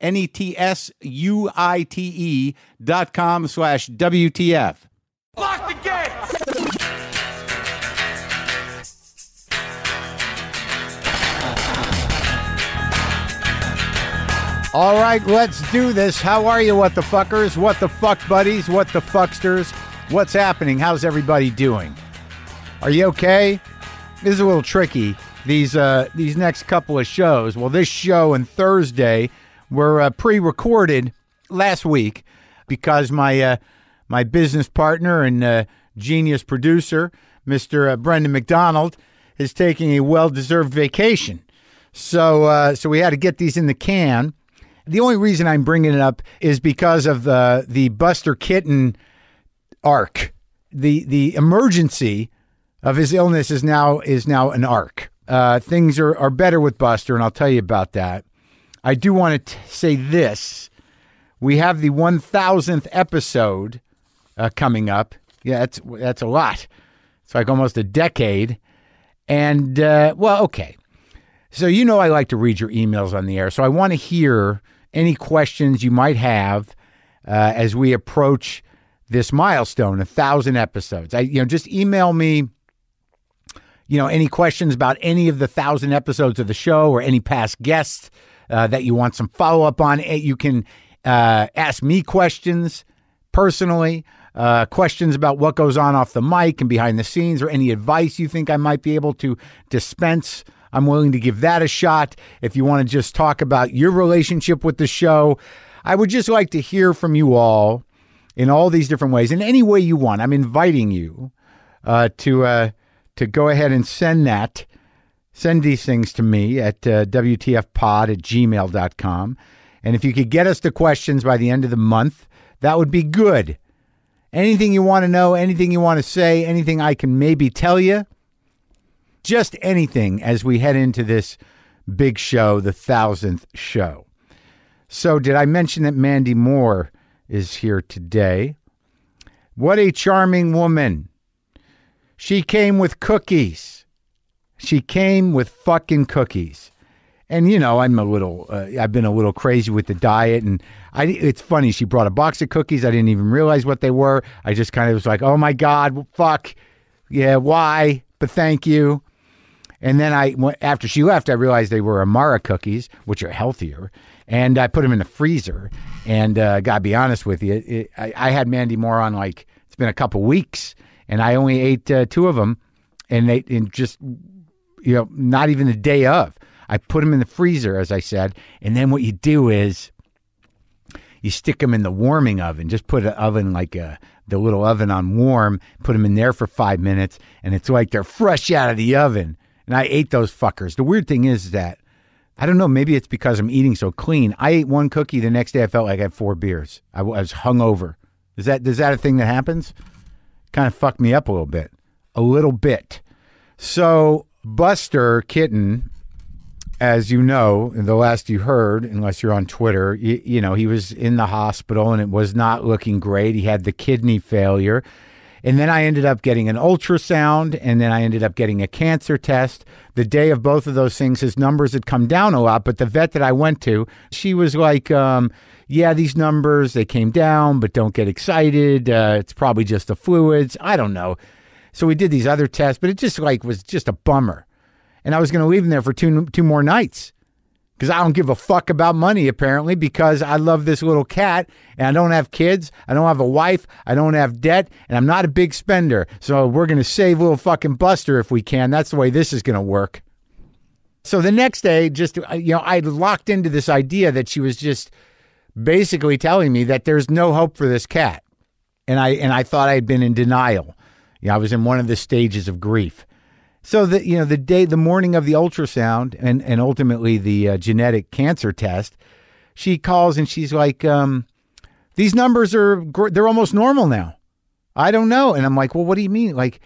N E T S U I T E dot com slash WTF. Lock the gate! All right, let's do this. How are you, what the fuckers? What the fuck buddies? What the fucksters? What's happening? How's everybody doing? Are you okay? This is a little tricky. These uh, these next couple of shows. Well, this show and Thursday were uh, pre-recorded last week because my uh, my business partner and uh, genius producer, Mr. Uh, Brendan McDonald, is taking a well-deserved vacation. So uh, so we had to get these in the can. The only reason I'm bringing it up is because of the the Buster Kitten arc. The the emergency of his illness is now is now an arc. Uh, things are, are better with Buster, and I'll tell you about that. I do want to t- say this: we have the 1,000th episode uh, coming up. Yeah, that's that's a lot. It's like almost a decade. And uh, well, okay. So you know I like to read your emails on the air. So I want to hear any questions you might have uh, as we approach this milestone, a thousand episodes. I you know just email me. You know any questions about any of the thousand episodes of the show or any past guests uh, that you want some follow up on? Eh, You can uh, ask me questions personally. Uh, questions about what goes on off the mic and behind the scenes, or any advice you think I might be able to dispense, I'm willing to give that a shot. If you want to just talk about your relationship with the show, I would just like to hear from you all in all these different ways, in any way you want. I'm inviting you uh, to uh, to go ahead and send that send these things to me at uh, WTFpod at gmail.com. And if you could get us the questions by the end of the month, that would be good. Anything you want to know, anything you want to say, anything I can maybe tell you, just anything as we head into this big show, the thousandth show. So, did I mention that Mandy Moore is here today? What a charming woman. She came with cookies. She came with fucking cookies. And you know, I'm a little uh, I've been a little crazy with the diet and I it's funny she brought a box of cookies. I didn't even realize what they were. I just kind of was like, "Oh my god, fuck. Yeah, why? But thank you." And then I went- after she left, I realized they were Amara cookies, which are healthier, and I put them in the freezer. And uh, gotta be honest with you, it, I, I had Mandy Moore on like it's been a couple weeks, and I only ate uh, two of them, and they and just you know, not even the day of. I put them in the freezer, as I said, and then what you do is you stick them in the warming oven. Just put an oven like a the little oven on warm, put them in there for five minutes, and it's like they're fresh out of the oven. And I ate those fuckers. The weird thing is that I don't know. Maybe it's because I'm eating so clean. I ate one cookie. The next day, I felt like I had four beers. I, w- I was hungover. Is that is that a thing that happens? Kind of fucked me up a little bit. A little bit. So Buster Kitten, as you know, in the last you heard, unless you're on Twitter, you, you know he was in the hospital and it was not looking great. He had the kidney failure, and then I ended up getting an ultrasound, and then I ended up getting a cancer test. The day of both of those things, his numbers had come down a lot. But the vet that I went to, she was like, um, "Yeah, these numbers they came down, but don't get excited. Uh, it's probably just the fluids. I don't know." So we did these other tests, but it just like was just a bummer. And I was going to leave him there for two two more nights because I don't give a fuck about money apparently because I love this little cat and I don't have kids, I don't have a wife, I don't have debt, and I'm not a big spender. So we're going to save little fucking Buster if we can. That's the way this is going to work. So the next day, just uh, you know, I locked into this idea that she was just basically telling me that there's no hope for this cat, and I and I thought I had been in denial. You know, I was in one of the stages of grief. So the you know the day, the morning of the ultrasound, and and ultimately the uh, genetic cancer test, she calls and she's like, um, "These numbers are gr- they're almost normal now." I don't know, and I'm like, "Well, what do you mean? Like,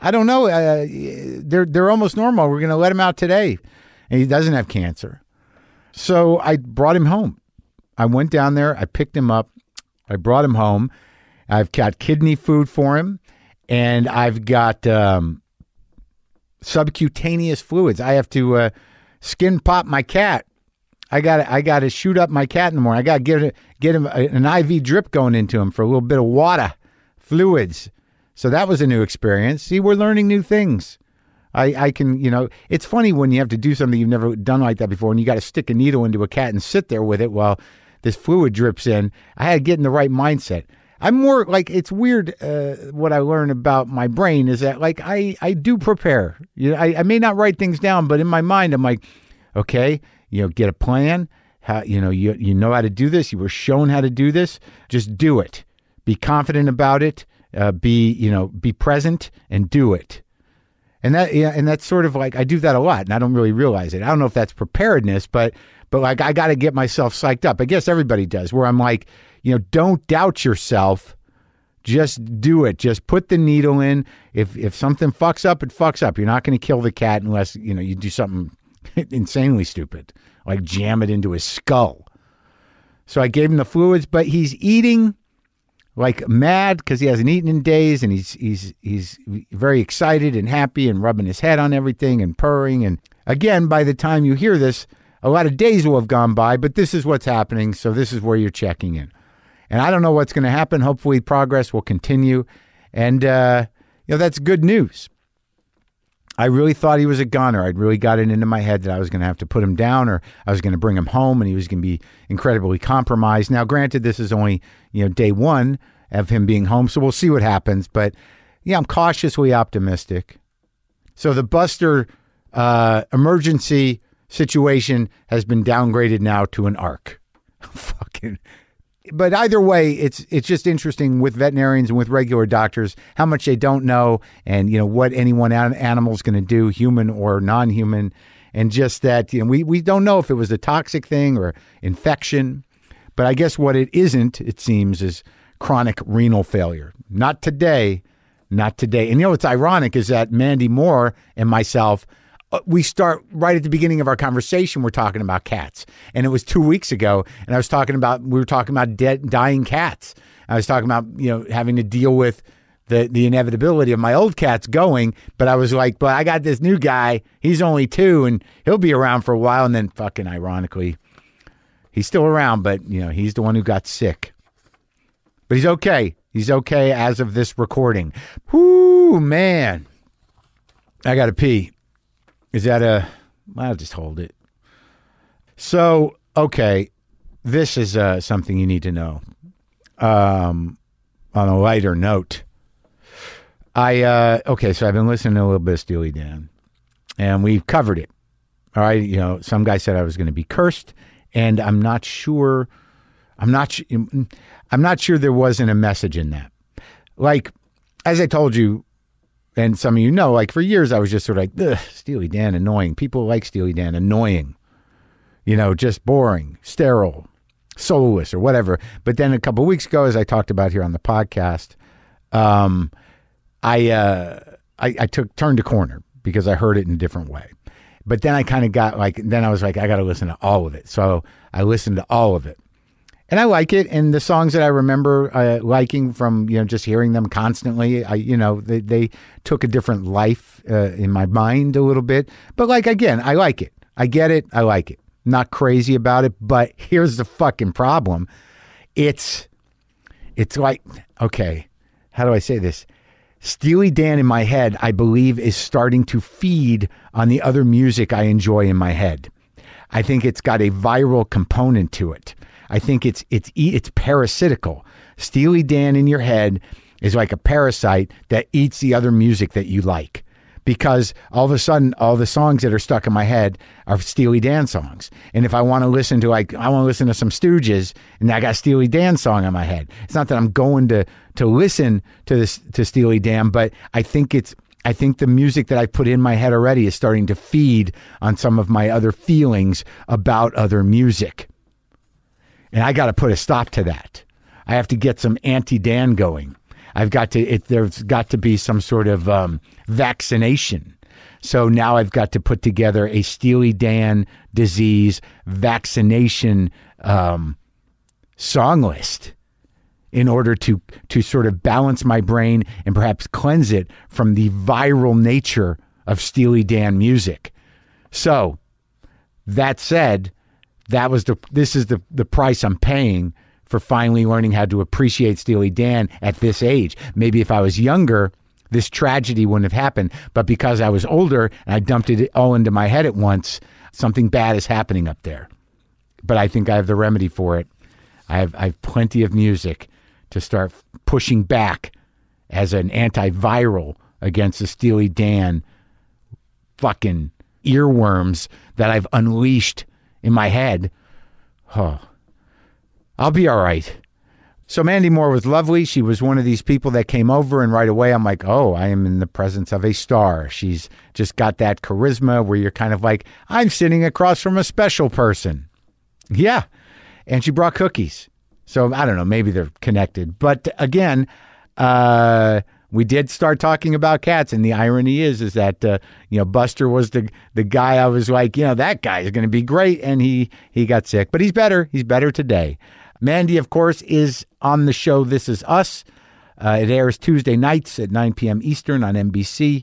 I don't know. Uh, they're they're almost normal. We're gonna let him out today, and he doesn't have cancer." So I brought him home. I went down there. I picked him up. I brought him home. I've got kidney food for him, and I've got. Um, subcutaneous fluids. I have to uh, skin pop my cat. I got I got to shoot up my cat in the morning. I got to get get him a, an IV drip going into him for a little bit of water fluids. So that was a new experience. See, we're learning new things. I, I can, you know, it's funny when you have to do something you've never done like that before and you got to stick a needle into a cat and sit there with it while this fluid drips in. I had to get in the right mindset. I'm more like, it's weird uh, what I learn about my brain is that, like, I, I do prepare. You know, I, I may not write things down, but in my mind, I'm like, okay, you know, get a plan. How, you know, you, you know how to do this. You were shown how to do this. Just do it. Be confident about it. Uh, be, you know, be present and do it. And that yeah, and that's sort of like I do that a lot and I don't really realize it. I don't know if that's preparedness, but but like I gotta get myself psyched up. I guess everybody does, where I'm like, you know, don't doubt yourself. Just do it. Just put the needle in. If if something fucks up, it fucks up. You're not gonna kill the cat unless, you know, you do something insanely stupid. Like jam it into his skull. So I gave him the fluids, but he's eating like mad because he hasn't eaten in days, and he's he's he's very excited and happy and rubbing his head on everything and purring. And again, by the time you hear this, a lot of days will have gone by. But this is what's happening, so this is where you're checking in. And I don't know what's going to happen. Hopefully, progress will continue, and uh, you know that's good news. I really thought he was a goner. I'd really got it into my head that I was going to have to put him down or I was going to bring him home and he was going to be incredibly compromised. Now, granted, this is only, you know, day one of him being home, so we'll see what happens. But yeah, I'm cautiously optimistic. So the Buster uh, emergency situation has been downgraded now to an arc. Fucking. But either way, it's it's just interesting with veterinarians and with regular doctors how much they don't know, and you know what any one an- animal's going to do, human or non-human, and just that you know we we don't know if it was a toxic thing or infection, but I guess what it isn't, it seems, is chronic renal failure. Not today, not today. And you know what's ironic is that Mandy Moore and myself, uh, we start right at the beginning of our conversation. We're talking about cats, and it was two weeks ago, and I was talking about we were talking about dead, dying cats. I was talking about you know having to deal with the the inevitability of my old cats going, but I was like, but I got this new guy. He's only two, and he'll be around for a while. And then, fucking ironically, he's still around, but you know he's the one who got sick but he's okay. He's okay as of this recording. Whoo, man. I got to pee. Is that a. I'll just hold it. So, okay. This is uh, something you need to know. Um, on a lighter note, I. Uh, okay, so I've been listening to a little bit of Steely Dan, and we've covered it. All right. You know, some guy said I was going to be cursed, and I'm not sure. I'm not. su- mm, I'm not sure there wasn't a message in that. Like, as I told you, and some of you know, like for years I was just sort of like, "Ugh, Steely Dan, annoying. People like Steely Dan, annoying. You know, just boring, sterile, soulless, or whatever. But then a couple weeks ago, as I talked about here on the podcast, um, I, uh, I I took turned a corner because I heard it in a different way. But then I kind of got like, then I was like, I got to listen to all of it. So I listened to all of it and I like it. And the songs that I remember uh, liking from you know just hearing them constantly, I you know they, they took a different life uh, in my mind a little bit. But like again, I like it. I get it. I like it. Not crazy about it. But here's the fucking problem. It's it's like okay, how do I say this? Steely Dan in my head, I believe, is starting to feed on the other music I enjoy in my head. I think it's got a viral component to it. I think it's it's e- it's parasitical. Steely Dan in your head is like a parasite that eats the other music that you like because all of a sudden all the songs that are stuck in my head are Steely Dan songs. And if I want to listen to like I want to listen to some Stooges and I got a Steely Dan song in my head. It's not that I'm going to to listen to this to Steely Dan, but I think it's I think the music that I put in my head already is starting to feed on some of my other feelings about other music. And I got to put a stop to that. I have to get some anti Dan going. I've got to, it, there's got to be some sort of um, vaccination. So now I've got to put together a Steely Dan disease vaccination um, song list in order to to sort of balance my brain and perhaps cleanse it from the viral nature of Steely Dan music. So, that said, that was the this is the the price I'm paying for finally learning how to appreciate Steely Dan at this age. Maybe if I was younger, this tragedy wouldn't have happened, but because I was older and I dumped it all into my head at once, something bad is happening up there. But I think I have the remedy for it. I have I have plenty of music to start pushing back as an antiviral against the Steely Dan fucking earworms that I've unleashed in my head. Huh. I'll be all right. So Mandy Moore was lovely. She was one of these people that came over, and right away I'm like, oh, I am in the presence of a star. She's just got that charisma where you're kind of like, I'm sitting across from a special person. Yeah. And she brought cookies. So I don't know, maybe they're connected. But again, uh, we did start talking about cats, and the irony is, is that uh, you know Buster was the the guy I was like, you know, that guy is going to be great, and he he got sick, but he's better. He's better today. Mandy, of course, is on the show. This is us. Uh, it airs Tuesday nights at 9 p.m. Eastern on NBC,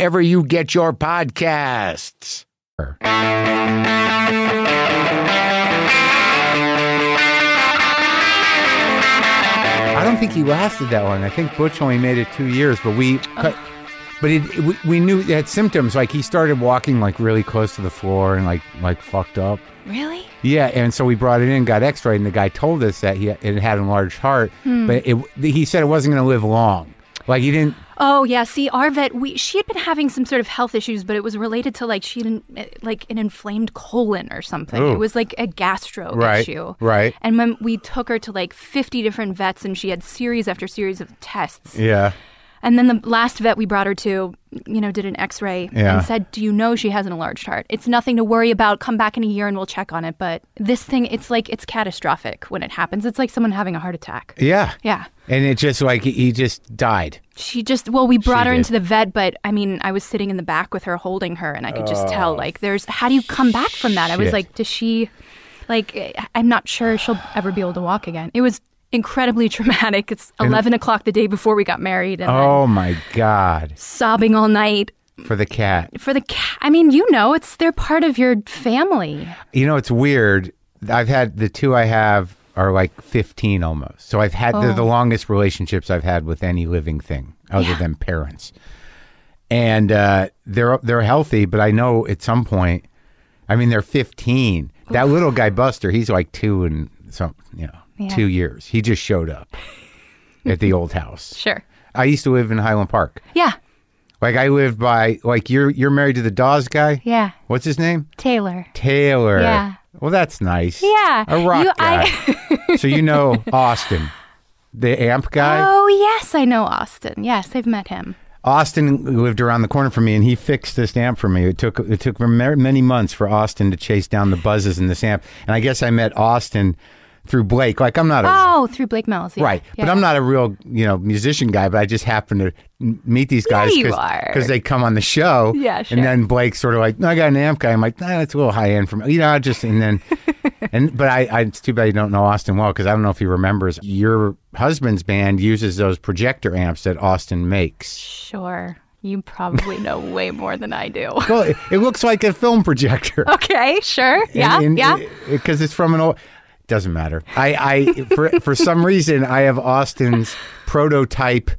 you get your podcasts. I don't think he lasted that long. I think Butch only made it two years, but we cut. But it, we, we knew it had symptoms. Like he started walking like really close to the floor and like like fucked up. Really? Yeah, and so we brought it in, got X-rayed, and the guy told us that he it had an enlarged heart, but it, he said it wasn't going to live long. Like he didn't. Oh yeah. See, our vet, we she had been having some sort of health issues, but it was related to like she didn't like an inflamed colon or something. Ooh. It was like a gastro Right, issue. right. And when we took her to like 50 different vets, and she had series after series of tests. Yeah. And then the last vet we brought her to, you know, did an X-ray Yeah. and said, "Do you know she has an enlarged heart? It's nothing to worry about. Come back in a year and we'll check on it." But this thing, it's like it's catastrophic when it happens. It's like someone having a heart attack. Yeah. Yeah. And it just like he- he just died. She just well, we brought She her did. into the vet, but I mean, I was sitting in the back with her, holding her, and I could just tell like, there's how do you come back from that? I Oh, was Shit. like, does she, like, eh, I'm not sure she'll ever be able to walk again. It was incredibly traumatic. It's 11 o'clock the day before we got married, and then Oh my god! sobbing all night For the cat. for the. Ca- I mean, you know, it's they're part of your family. You know it's weird. I've had the two I have are like fifteen almost. So I've had they're the longest relationships I've had with any living thing other Oh. Yeah. than parents. And uh, they're they're healthy, but I know at some point. I mean, they're fifteen. That little guy Buster, he's like two and some, you know, Yeah. two years. He just showed up at the old house. Sure. I used to live in Highland Park. Yeah. Like I live by like you're you're married to the Dawes guy. Yeah. What's his name? Taylor. Taylor. Yeah. Well, that's nice. Yeah. A rock You- guy. I- so you know Austin, the amp guy. oh, yes, I know Austin. Yes, I've met him. Austin lived around the corner from me, and he fixed this amp for me. It took it took me- many months for Austin to chase down the buzzes in this amp, and I guess I met Austin through Blake. Like I'm not a Oh, through Blake Mills. yeah, right, but yeah. I'm not a real you know musician guy. But I just happen to m- meet these Yeah, guys you are. because they come on the show. Yeah, sure. And then Blake's sort of like, no, I got an amp guy. I'm like, nah, that's a little high end for me. You know, I just and then and but I, I it's too bad you don't know Austin well because I don't know if he remembers your husband's band uses those projector amps that Austin makes. Sure. You probably know way more than I do. Well, it, it looks like a film projector. okay, sure. Yeah, yeah. Because uh, it's from an old. Doesn't matter. I, I for for some reason I have Austin's prototype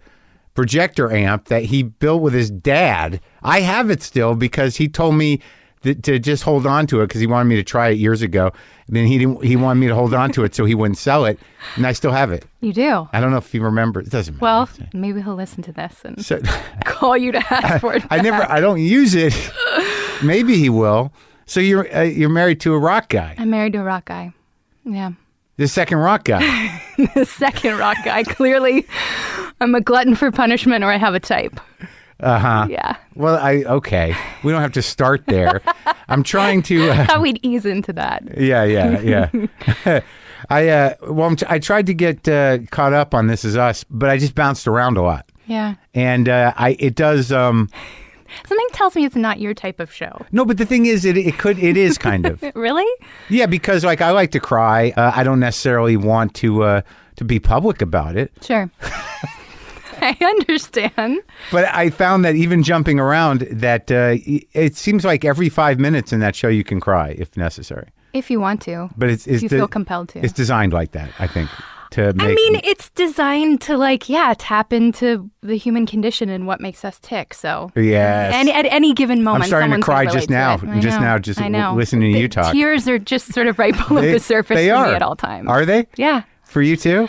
projector amp that he built with his dad. I have it still because he told me that, to just hold on to it because he wanted me to try it years ago. And then he didn't. He wanted me to hold on to it so he wouldn't sell it, and I still have it. you do. I don't know if he remembers. It doesn't matter. Well, maybe he'll listen to this and So- call you to ask for it. I never. I don't use it. Maybe he will. So you're uh, you're married to a rock guy, I'm married to a rock guy. Yeah. the second rock guy. The second rock guy. Clearly, I'm a glutton for punishment or I have a type. Uh-huh. Uh huh. Yeah. Well, I okay. We don't have to start there. I'm trying to. Uh, Thought we'd ease into that. yeah, yeah, yeah. I uh, well, I'm t- I tried to get uh, caught up on This Is Us, but I just bounced around a lot, Yeah. and uh, I it does. Um, Something tells me it's not your type of show. no, but the thing is, it it could it is kind of. Really? Yeah, because like I like to cry. Uh, I don't necessarily want to uh, to be public about it. Sure. I understand. But I found that even jumping around, that uh, it seems like every five minutes in that show you can cry if necessary. If you want to. But it's, it's you feel compelled to. It's designed like that, I think. To make, I mean, it's designed to like, yeah, tap into the human condition and what makes us tick. So, Yes. any, at any given moment, I'm starting to someone's cry gonna relate just to now. it. I Just know. now, just I know. listening to The you talk. Tears are just sort of right below the surface they for are me at all times. Are they? Yeah, For you too?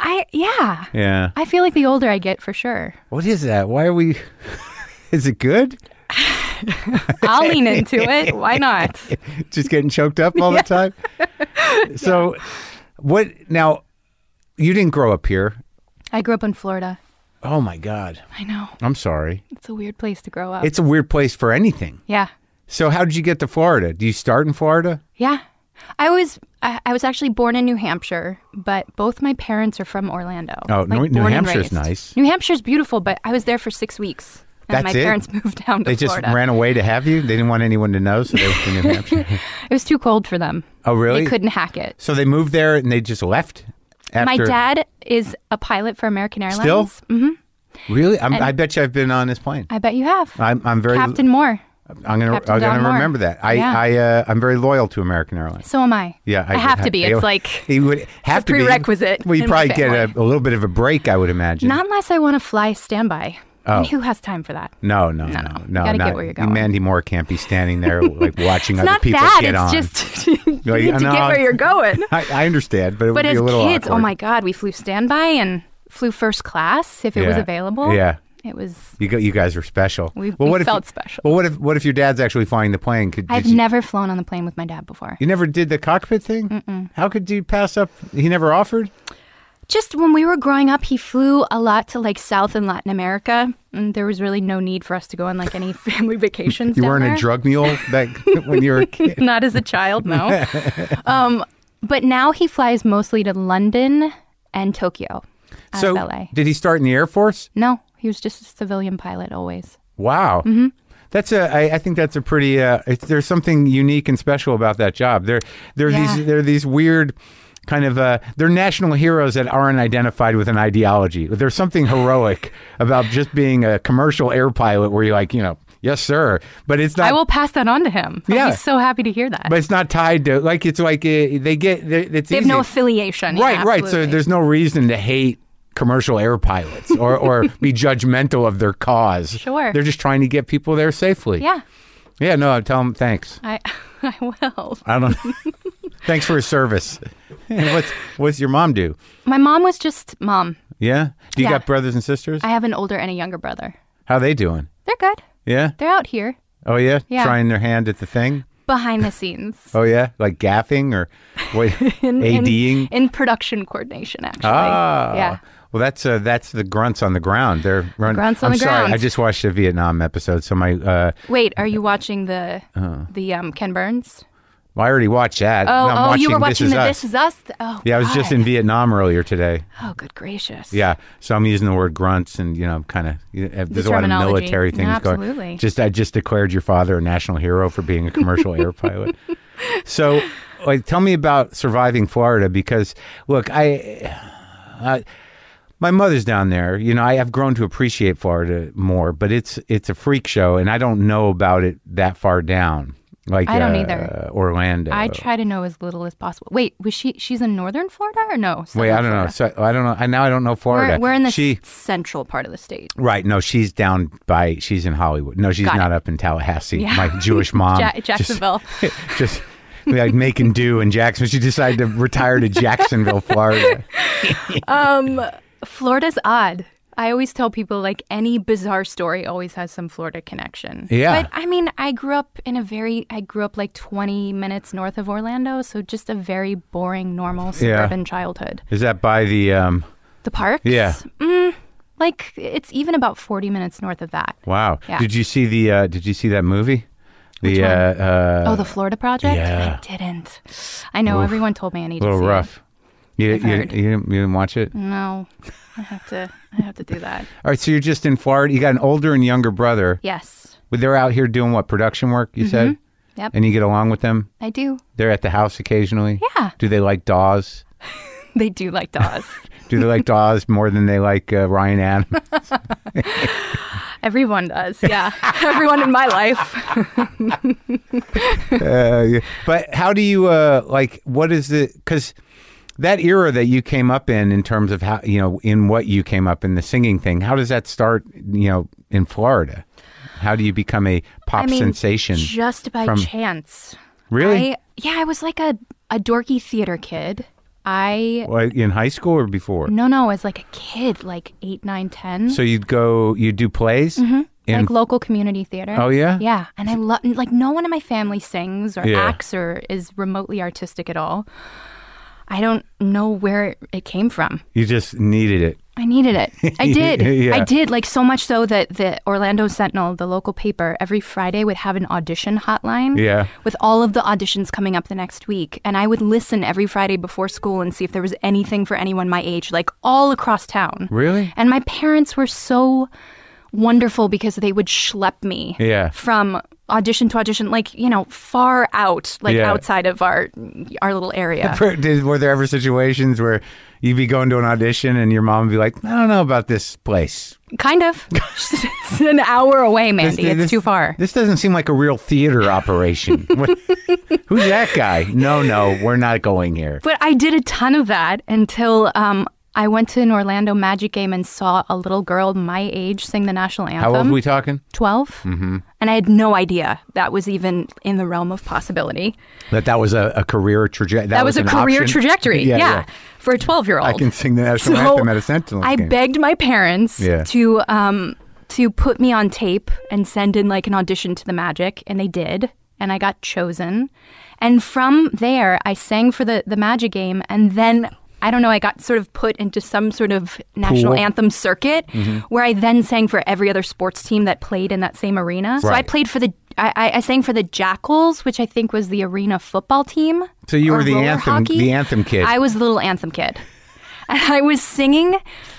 I yeah. Yeah. I feel like the older I get, for sure, What is that? Why are we? is it good? I'll lean into it. Why not? just getting choked up all the time. So, what now? You didn't grow up here. I grew up in Florida. Oh my God. I know I'm sorry. it's a weird place to grow up. It's a weird place for anything. yeah, So how did you get to Florida? Do you start in Florida? yeah. I was I, I was actually born in New Hampshire, but both my parents are from Orlando. Oh, New- New born and Hampshire's raised. nice. New Hampshire's beautiful, but I was there for six weeks. And That's my it? parents moved down to They just Florida. ran away to have you. They didn't want anyone to know, so they went to New Hampshire. It was too cold for them. Oh, really? They couldn't hack it. So they moved there and they just left. My After, dad is a pilot for American Airlines. Still? Mm, Really? I'm, I bet you I've been on his plane. I bet you have. I'm, I'm very. Captain Moore. I'm gonna. Captain I'm gonna Don Moore. remember that. I. Yeah. I. Uh, I'm very loyal to American Airlines. So am I. Yeah, I, would have to be. I It's would- like it would have to be prerequisite Well, you in my probably get a, a little bit of a break, I would imagine. not unless I want to fly standby. Oh. And who has time for that? no, no, no, No, no. no. You gotta get not- where you're going. Mandy Moore can't be standing there like watching It's other not people that. get It's on. just you No, you- need to no, get where I- you're going. I, I understand, but it would But as be a kids, little awkward. oh my God, we flew standby and flew first class if it was Yeah. available. Yeah. It was. You, go, you guys are special. We- we felt you, special. Well, what if what if your dad's actually flying the plane? Could I've did you, never flown on the plane with my dad before. you never did the cockpit thing? How could you pass up? He never offered. Just when we were growing up, he flew a lot to like South and Latin America, and there was really no need for us to go on like any family vacations. You down weren't there. a drug mule back when you were a kid. Not as a child, no. um, but now he flies mostly to London and Tokyo out so of LA. did he start in the Air Force? No, he was just a civilian pilot always. Wow. Mm-hmm. That's a. I, I think that's a pretty. Uh, it's, there's something unique and special about that job. There, there are Yeah. these. There are these weird, kind of. Uh, they're national heroes that aren't identified with an ideology. There's something heroic about just being a commercial air pilot, where you're like, you know, yes, sir. But it's not. I will pass that on to him. Yeah. I'll be so happy to hear that. but it's not tied to like it's like uh, they get. they- It's they have no easy. affiliation. Yeah, Right, right. So absolutely. there's no reason to hate commercial air pilots or, or be judgmental of their cause. Sure. They're just trying to get people there safely. Yeah, Yeah, no, I tell him thanks. I, I will. I don't Thanks for his service. And what's what's your mom do? My mom was just mom. Yeah? Do you Yeah. got brothers and sisters? I have an older and a younger brother. How they doing? They're good. Yeah? They're out here. Oh yeah? Yeah. Trying their hand at the thing? behind the scenes Oh yeah, like gaffing or what? in, in- ADing. in production coordination. Actually, Ah, yeah. Well, that's uh, that's the grunts on the ground. They're run- grunts I'm on the sorry, ground. I just watched a Vietnam episode, so my uh, Wait, are you watching the the um, Ken Burns? well, I already watched that. Oh, Now Uh-huh. I'm oh, you were This watching Is the Us. This Is Us. Oh, Yeah, I was just God. in Vietnam earlier today. Oh, good gracious. Yeah, so I'm using the word grunts, and you know, kind of there's a lot of terminology. military things Absolutely. going. Just I just declared your father a national hero for being a commercial air pilot. So, like, tell me about surviving Florida because look, I. Uh, my mother's down there. You know, I have grown to appreciate Florida more, but it's it's a freak show, and I don't know about it that far down. Like I don't uh, either. Orlando. I try to know as little as possible. Wait, was she? She's in northern Florida or no? Wait, Southern I don't know. Florida? So I don't know. I now I don't know Florida. We're, we're in the she, s- central part of the state. Right. No, she's down by. She's in Hollywood. No, she's Got not it. up in Tallahassee. Yeah. My Jewish mom, Ja- just- Jacksonville. just, like making do in Jackson. She decided to retire to Jacksonville, Florida. Florida's odd. I always tell people like any bizarre story always has some Florida connection. Yeah. But I mean, I grew up in a very, I grew up like 20 minutes north of Orlando, so just a very boring, normal suburban childhood. Is that by the? um The parks? Mm, Yeah. Like it's even about 40 minutes north of that. Wow. Yeah. Did you see the? uh Did you see that movie? The Which one? uh, uh oh, the Florida Project? yeah. I didn't. I know everyone told me I need little to see rough. You, you, you, heard. didn't, you didn't watch it? It. No. I have to I have to do that. All right, so you're just in Florida. You got an older and younger brother. Yes. Well, They're out here doing what production work? Mm-hmm. You said, Yep. and you get along with them. I do. They're at the house occasionally. Yeah. Do they like Dawes? They do like Dawes. Do they like Dawes more than they like uh, Ryan Adams? Everyone does. Yeah. everyone in my life. Uh, yeah. but how do you uh, like? What is the because that era that you came up in, in terms of how you know, in what you came up in the singing thing? How does that start? You know, in Florida, how do you become a pop I mean, sensation? Just by from- chance. Really? I, yeah, I was like a, a dorky theater kid. I, What, in high school or before? no, no, as like a kid, like eight, nine, ten. So you'd go, you do plays. In, Mm-hmm. like local community theater. Oh, yeah? yeah. And I love like no one in my family sings or Yeah. acts or is remotely artistic at all. I don't know where it came from. you just needed it. I needed it. I did. Yeah. I did. Like so much so that the Orlando Sentinel, the local paper, every Friday would have an audition hotline. Yeah. With all of the auditions coming up the next week, and I would listen every Friday before school and see if there was anything for anyone my age, like all across town. Really? And my parents were so wonderful because they would schlep me Yeah. from audition to audition, like you know, far out, like Yeah. outside of our our little area. Did, were there ever situations where you'd be going to an audition and your mom would be like, I don't know about this place? Kind of. it's an hour away, Mandy. it's too far. This doesn't seem like a real theater operation. What- Who's that guy? No, no, we're not going here. But I did a ton of that until um, I went to an Orlando Magic game and saw a little girl my age sing the national anthem. How old are we talking? 12. Mm-hmm. And I had no idea that was even in the realm of possibility. That that was a, a career trajectory. That, was, a an career option? trajectory. Yeah, Yeah, yeah. For a 12 year old. I can sing the national anthem at a Sentinel I game. begged my parents Yeah. to um, to put me on tape and send in like an audition to the Magic, and they did, and I got chosen. And from there, I sang for the the Magic game, and then. I don't know. I got sort of put into some sort of national Pool. Mm-hmm. anthem circuit where I then sang for every other sports team that played in that same arena. So I Right. played for the, I, I I sang for the Jackals, which I think was the arena football team. So you or were the roller anthem- hockey. the anthem kid. I was the little anthem kid. And I was singing.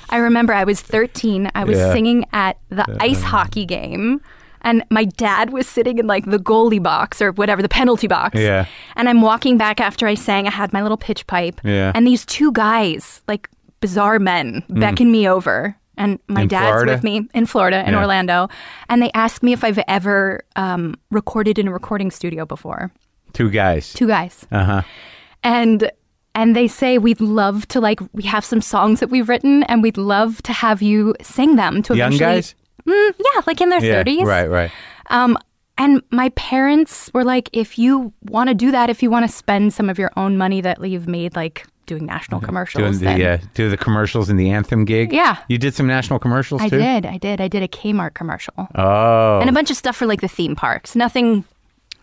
I remember I was 13. I was Yeah. singing at the ice hockey game. And my dad was sitting in like the goalie box or whatever, the penalty box. Yeah. And I'm walking back after I sang. I had my little pitch pipe. Yeah. Mm. And these two guys, like bizarre men, beckon me over. And my In dad's Florida? with me in Florida, in Yeah. Orlando. And they asked me if I've ever um, recorded in a recording studio before. Two guys. Two guys Uh huh. and and they say we'd love to like we have some songs that we've written and we'd love to have you sing them to Young eventually- guys? Mm, yeah like in their Yeah. 30s Right, right. um and my parents were like if you want to do that if you want to spend some of your own money that you've made like doing national Doing commercials then the, uh, do the commercials in the anthem gig. Yeah. You did some national commercials I too? did I did I did a Kmart commercial Oh. and a bunch of stuff for like the theme parks nothing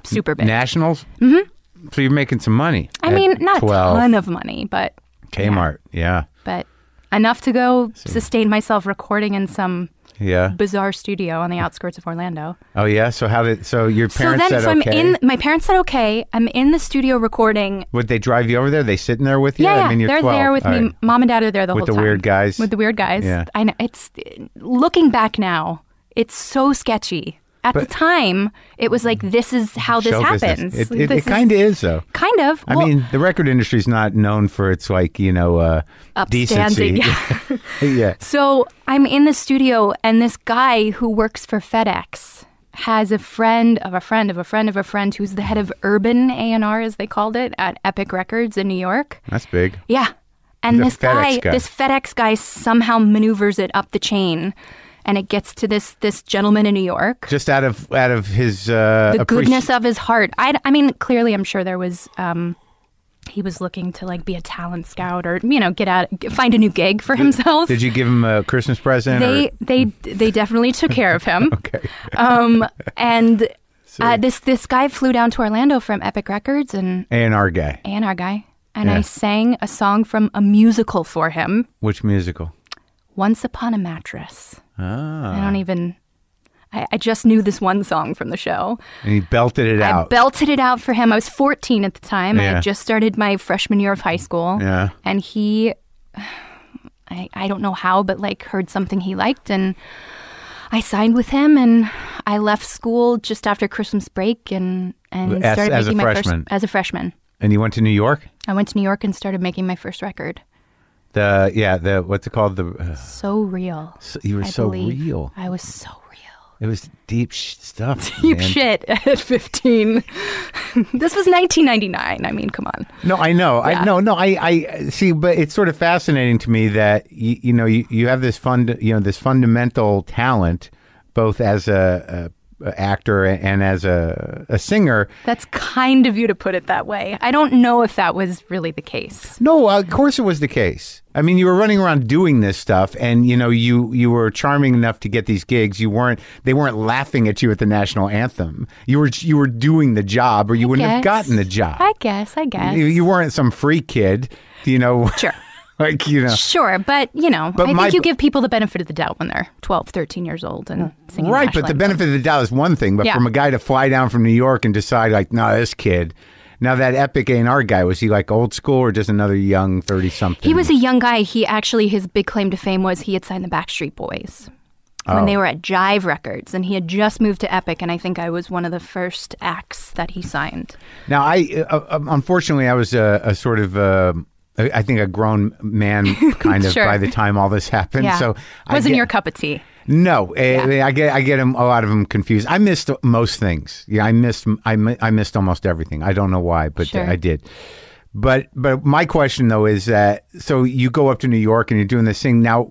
super big. Nationals? Mm-hmm. So you're making some money. I at mean, not 12. a ton of money, but Kmart. Yeah. but enough to go sustain myself recording in some Yeah. bizarre studio on the outskirts of Orlando. Oh yeah. So how did so your parents so said then, so okay? I'm in. My parents said okay. I'm in the studio recording. Would they drive you over there? They sitting there with you? yeah, yeah. I mean, you're they're 12. there with All me. right. Mom and dad are there the With whole the time. weird guys? With the weird guys. Yeah. I know. It's looking back now. It's so sketchy. At the But- time, it was like this is how this Show business. happens. It, it, This it kind of is though. kind of. I Well, mean, the record industry's not known for its like you know uh, upstanding. decency. Yeah. yeah. So I'm in the studio, and this guy who works for FedEx has a friend of a friend of a friend of a friend who's the head of urban A&R, as they called it, at Epic Records in New York. That's big. Yeah. And The this FedEx guy, guy. this FedEx guy somehow maneuvers it up the chain and it gets to this this gentleman in New York. Just out of out of his uh, The appreci- goodness of his heart. I, I mean, clearly, I'm sure there was. Um, he was looking to like be a talent scout or you know get out find a new gig for himself. Did you give him a Christmas present? they or, they they definitely took care of him. okay. Um, and uh, this this guy flew down to Orlando from Epic Records and A and R guy. and our guy and Yeah. I sang a song from a musical for him, Which musical? Once Upon a Mattress. Ah. I don't even. I, I just knew this one song from the show. And he belted it I out. belted it out for him. I was 14 at the time. I Yeah. had just started my freshman year of high school. Yeah. And he, I, I don't know how, but like heard something he liked and I signed with him and I left school just after Christmas break and, and As- started as a making my freshman. first, as a freshman. and you went to New York. I went to New York and started making my first record. The yeah the what's it called the uh, So real. so- you were I so believe. real. I was so real. It was deep sh- stuff. Deep man. shit at 15. this was 1999. I mean, come on. No, I know. I Yeah. no, no. I, I see, but it's sort of fascinating to me that you, you know you, you have this fund, you know, this fundamental talent, both as a, a, a actor and as a, a singer. That's kind of you to put it that way. I don't know if that was really the case. No, uh, of course it was the case. I mean, you were running around doing this stuff, and you know you you were charming enough to get these gigs. You weren't. They weren't laughing at you at the national anthem. You were you were doing the job, or you wouldn't have Guess. gotten the job. I guess, I guess. you, you weren't some free kid, you know. Sure. like you know. Sure, but you know, I my- think you give people the benefit of the doubt when they're 12, 13 years old and singing. Right, national but the anthem. benefit of the doubt is one thing. But Yeah. from a guy to fly down from New York and decide, like, no, this kid. Now that epic A and R guy was he like old school or just another young thirty something? He was a young guy. He actually his big claim to fame was he had signed the Backstreet Boys when Oh. they were at Jive Records and he had just moved to Epic and I think I was one of the first acts that he signed. now. I uh, uh, unfortunately I was a, a sort of uh, I I think a grown man kind of Sure. by the time all this happened. Yeah. So wasn't I get, your cup of tea. No, eh, I get I get 'em- a lot of them confused. I missed most things. Yeah, I missed I, mi- I missed almost everything. I don't know why, but Sure. I did. But but my question though is that so you go up to New York and you're doing this thing now.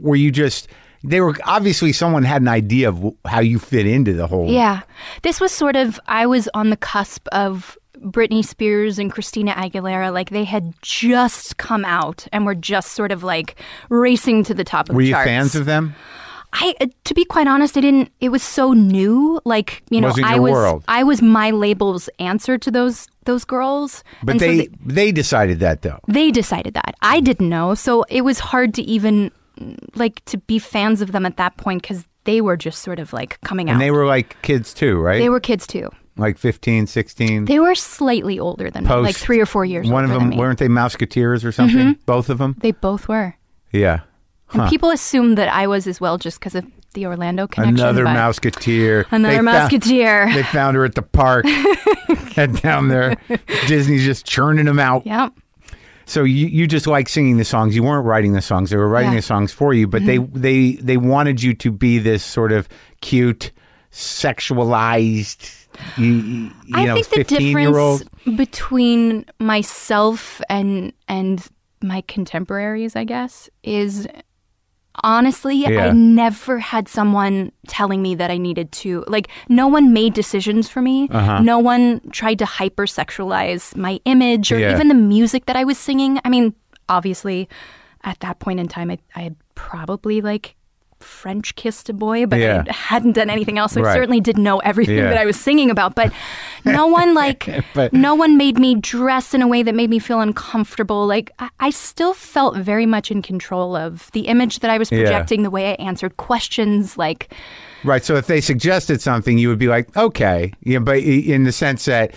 Were you just they were obviously someone had an idea of w- how you fit into the whole. Yeah. This was sort of, I was on the cusp of Britney Spears and Christina Aguilera. Like, they had just come out and were just sort of like racing to the top of Were you charts. fans of them? I, uh, to be quite honest, I didn't. It was so new. Like you know, Wasn't I your was world. I was my label's answer to those those girls. But And so they, they decided that though. they decided that i didn't know so it was hard to even like to be fans of them at that point because they were just sort of like coming out And they were like kids too, right? they were kids too like 15, 16. they were slightly older than me, like Post- three or four years. One of older them than me. Mm-hmm. weren't they Mouseketeers or something? Both of them? They both were, Yeah. and people assumed that I was as well, just because of the Orlando connection. Another but Mouseketeer. Another They found- Mouseketeer. they found her at the park and down there. Disney's just churning them out. yeah, So you, you just like singing the songs. You weren't writing the songs. They were writing Yeah. Mm-hmm. the songs for you, but they, they, they wanted you to be this sort of cute, sexualized, you, you I know, think the 15 year difference old. between myself and and my contemporaries, I guess, is honestly, Yeah. I never had someone telling me that I needed to. Like, no one made decisions for me. Uh-huh. No one tried to hypersexualize my image or Yeah. even the music that I was singing. I mean, obviously, at that point in time, I, I had probably like French kissed a boy, but Yeah. I hadn't done anything else. So Right. I certainly didn't know everything Yeah. that I was singing about. But no one like But- no one made me dress in a way that made me feel uncomfortable. Like I, I still felt very much in control of the image that I was Yeah. projecting, the way I answered questions, like Right. So if they suggested something, you would be like, okay. Yeah, but i- in the sense that,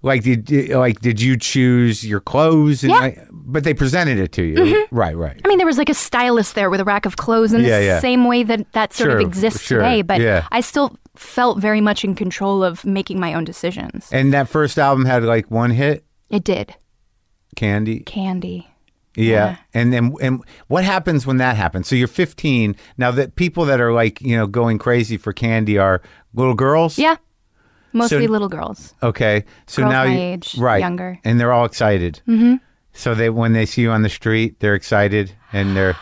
like, did like did you choose your clothes? And Yeah. Mm-hmm. but they presented it to you. Right. Right. I mean, there was like a stylist there with a rack of clothes in Yeah, the yeah. same way that that sort Sure, of exists sure, today. But yeah. I still felt very much in control of making my own decisions. And that first album had like one hit, It did. Candy. Candy. Yeah. And then and what happens when that happens? So you're 15. Now that people that are like, you know, going crazy for candy are little girls. Yeah. Mostly So- little girls. Okay. So Girls now my you age, right. younger. And they're all excited. Mm-hmm. So they when they see you on the street, they're excited and they're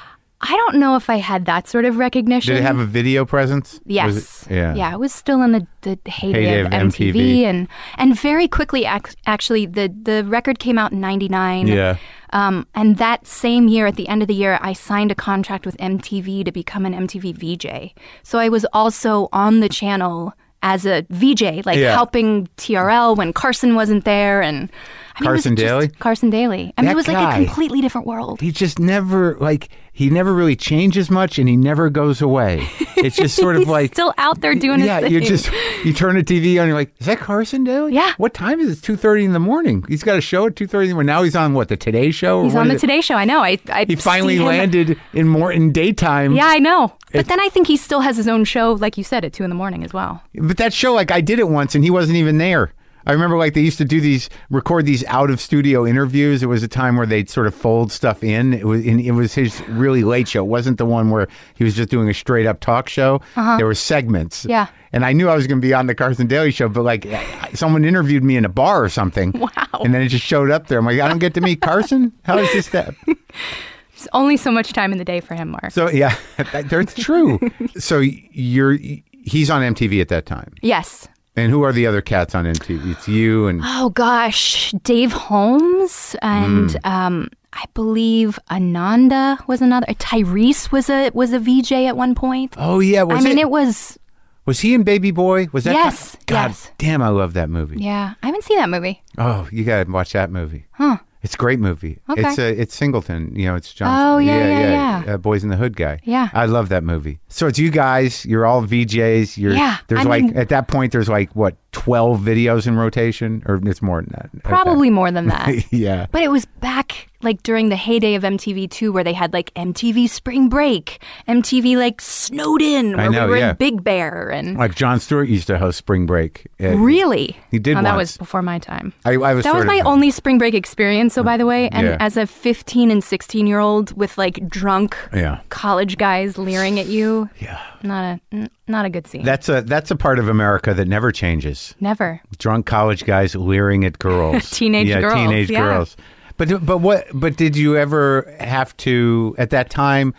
I don't know if I had that sort of recognition. Did it have a video presence? Was Yes. it- yeah. Yeah. It was still in the, the heyday, Heyday of, of MTV, MTV. and and very quickly, ac- actually, the the record came out in '99. Yeah. Um, and that same year, at the end of the year, I signed a contract with MTV to become an MTV VJ. So I was also on the channel as a VJ, like Yeah. helping TRL when Carson wasn't there, and I mean, it was Carson just- Daly? Carson Daly. I mean, That it was like guy. a completely different world. He just never like he never really changes much and he never goes away. It's just sort of He's like still out there doing yeah, his thing. you just you turn the TV on. You're like, is that Carson Daly? Yeah. What time is it? Two thirty in the morning. He's got a show at two thirty in the morning. Now he's on what the Today Show. or He's what on the is it? Today Show. I know. I, I He finally see him- landed in more in daytime. Yeah, I know. But then I think he still has his own show, like you said, at two in the morning as well. But that show, like I did it once, and he wasn't even there. I remember like they used to do these record these out of studio interviews. It was a time where they'd sort of fold stuff in. It was and it was his really late show. It wasn't the one where he was just doing a straight up talk show. There were segments. Yeah. And I knew I was going to be on the Carson Daly show, but like someone interviewed me in a bar or something. Wow. And then it just showed up there. I'm like, I don't get to meet Carson. How is this that? There's only so much time in the day for him, Mark. So yeah, that, that's true. so you're he's on MTV at that time. yes. And who are the other cats on MTV? It's you and Oh, gosh. Dave Holmes and. Mm. Um, I believe Ananda was another. Tyrese was a was a VJ at one point. oh yeah, was I mean, it, it, was was he in Baby Boy? Was that Yes, God yes. damn, I love that movie. yeah. I haven't seen that movie. Oh, you gotta watch that movie. Huh? It's a great movie. Okay. It's uh, it's Singleton. You know, it's John. Oh, yeah, yeah, yeah. Uh, Boys in the Hood guy. Yeah. I love that movie. So it's you guys. You're all VJs. You're, Yeah, There's I like mean- at that point there's like what twelve videos in rotation, or it's more than that. at that- Probably more than that. yeah. But it was back like during the heyday of MTV too, where they had like MTV Spring Break, MTV like Snowden, where know, we were yeah. in Big Bear, and Like John Stewart used to host Spring Break. Uh, really, He did Oh, that once. was before my time. I, I was. that was sort my of- only spring break experience. So by the way, and Yeah. as a 15 and 16 year old with like drunk Yeah. college guys leering at you, Yeah. not a n- not a good scene. That's a that's a part of America that never changes. Never. Drunk college guys leering at girls, Teenage yeah, girls, teenage yeah. girls. But but what? But did you ever have to at that time?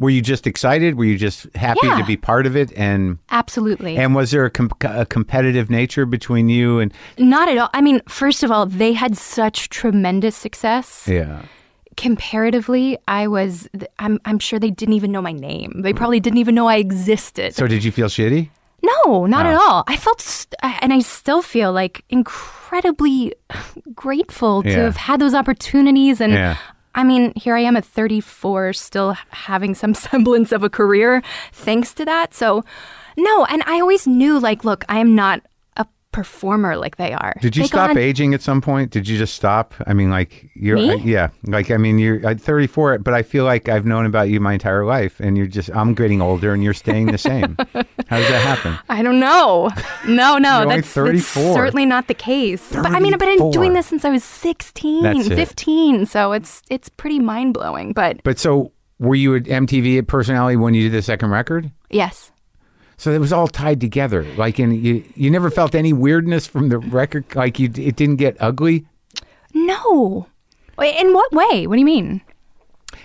Were you just excited? Were you just happy Yeah. to be part of it? And Absolutely. and was there a, com- a competitive nature between you and not at all. I mean, first of all, they had such tremendous success. yeah? comparatively, I was th- I'm I'm sure they didn't even know my name. They probably didn't even know I existed. So did you feel shitty? no, not at all. I felt st- and I still feel like incredibly grateful to Yeah. have had those opportunities and Yeah. I mean, here I am at 34 still h- having some semblance of a career thanks to that. So, no, and I always knew like look, I am not a performer like they are. Did you They go stop on- aging at some point? Did you just stop? I mean, like you're, Me? I- yeah, like I mean, you're at 34, but I feel like I've known about you my entire life, and you're just I'm getting older, and you're staying the same. How does that happen? I don't know. No, no, You're only that's, that's 34. certainly not the case. But I mean, I've been 34. doing this since I was 16, That's it. 15, so it's it's pretty mind-blowing, but But so were you at MTV personality when you did the second record? yes. So it was all tied together. Like, and you you never felt any weirdness from the record. Like you, it didn't get ugly. No. Wait, In what way? What do you mean?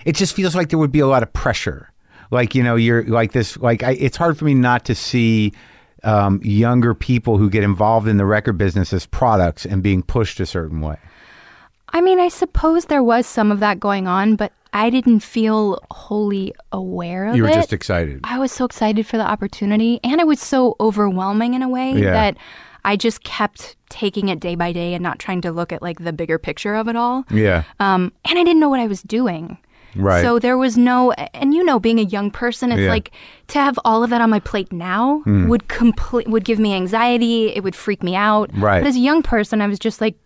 it just feels like there would be a lot of pressure. Like you know, you're like this. Like I, it's hard for me not to see um, younger people who get involved in the record business as products and being pushed a certain way. I mean, I suppose there was some of that going on, but I didn't feel wholly aware of You were it. just excited. I was so excited for the opportunity, and it was so overwhelming in a way Yeah. that I just kept taking it day by day and not trying to look at like the bigger picture of it all. Yeah. Um, and I didn't know what I was doing. Right. So there was no, and you know, being a young person, it's Yeah. Hmm. like to have all of that on my plate now would complete would give me anxiety. It would freak me out. Right. But as a young person, I was just like,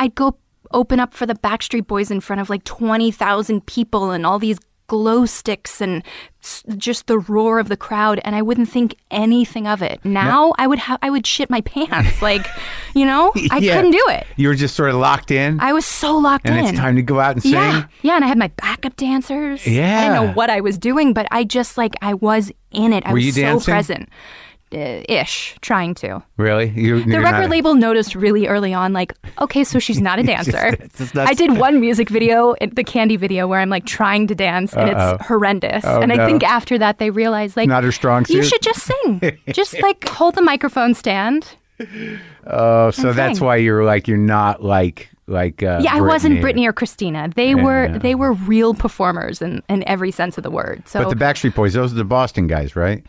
I'd go open up for the Backstreet Boys in front of like twenty thousand people and all these glow sticks and s- just the roar of the crowd, and I wouldn't think anything of it. Now I would ha- I would shit my pants. like, you know, I Yeah. couldn't do it. You were just sort of locked in, I was so locked and in. it's time to go out and sing. Yeah, yeah, and I had my backup dancers. I Yeah. didn't know what I was doing, but I just like I was in it. I Were was you so dancing? present, uh, ish, trying to. Really? You, The record label noticed really early on, like, okay, so she's not a dancer. it's just not- I did one music video, in- the Candy video, where I'm like trying to dance, and it's horrendous. and I Oh, no. think after that, they realized like Not her strong You suit? should just sing, just like hold the microphone stand. Oh, so that's sang. why you're like you're not like like. Uh, Yeah, I wasn't Britney. Britney or Christina. They were they were real performers in, in every sense of the word. So But the Backstreet Boys, those are the Boston guys, right?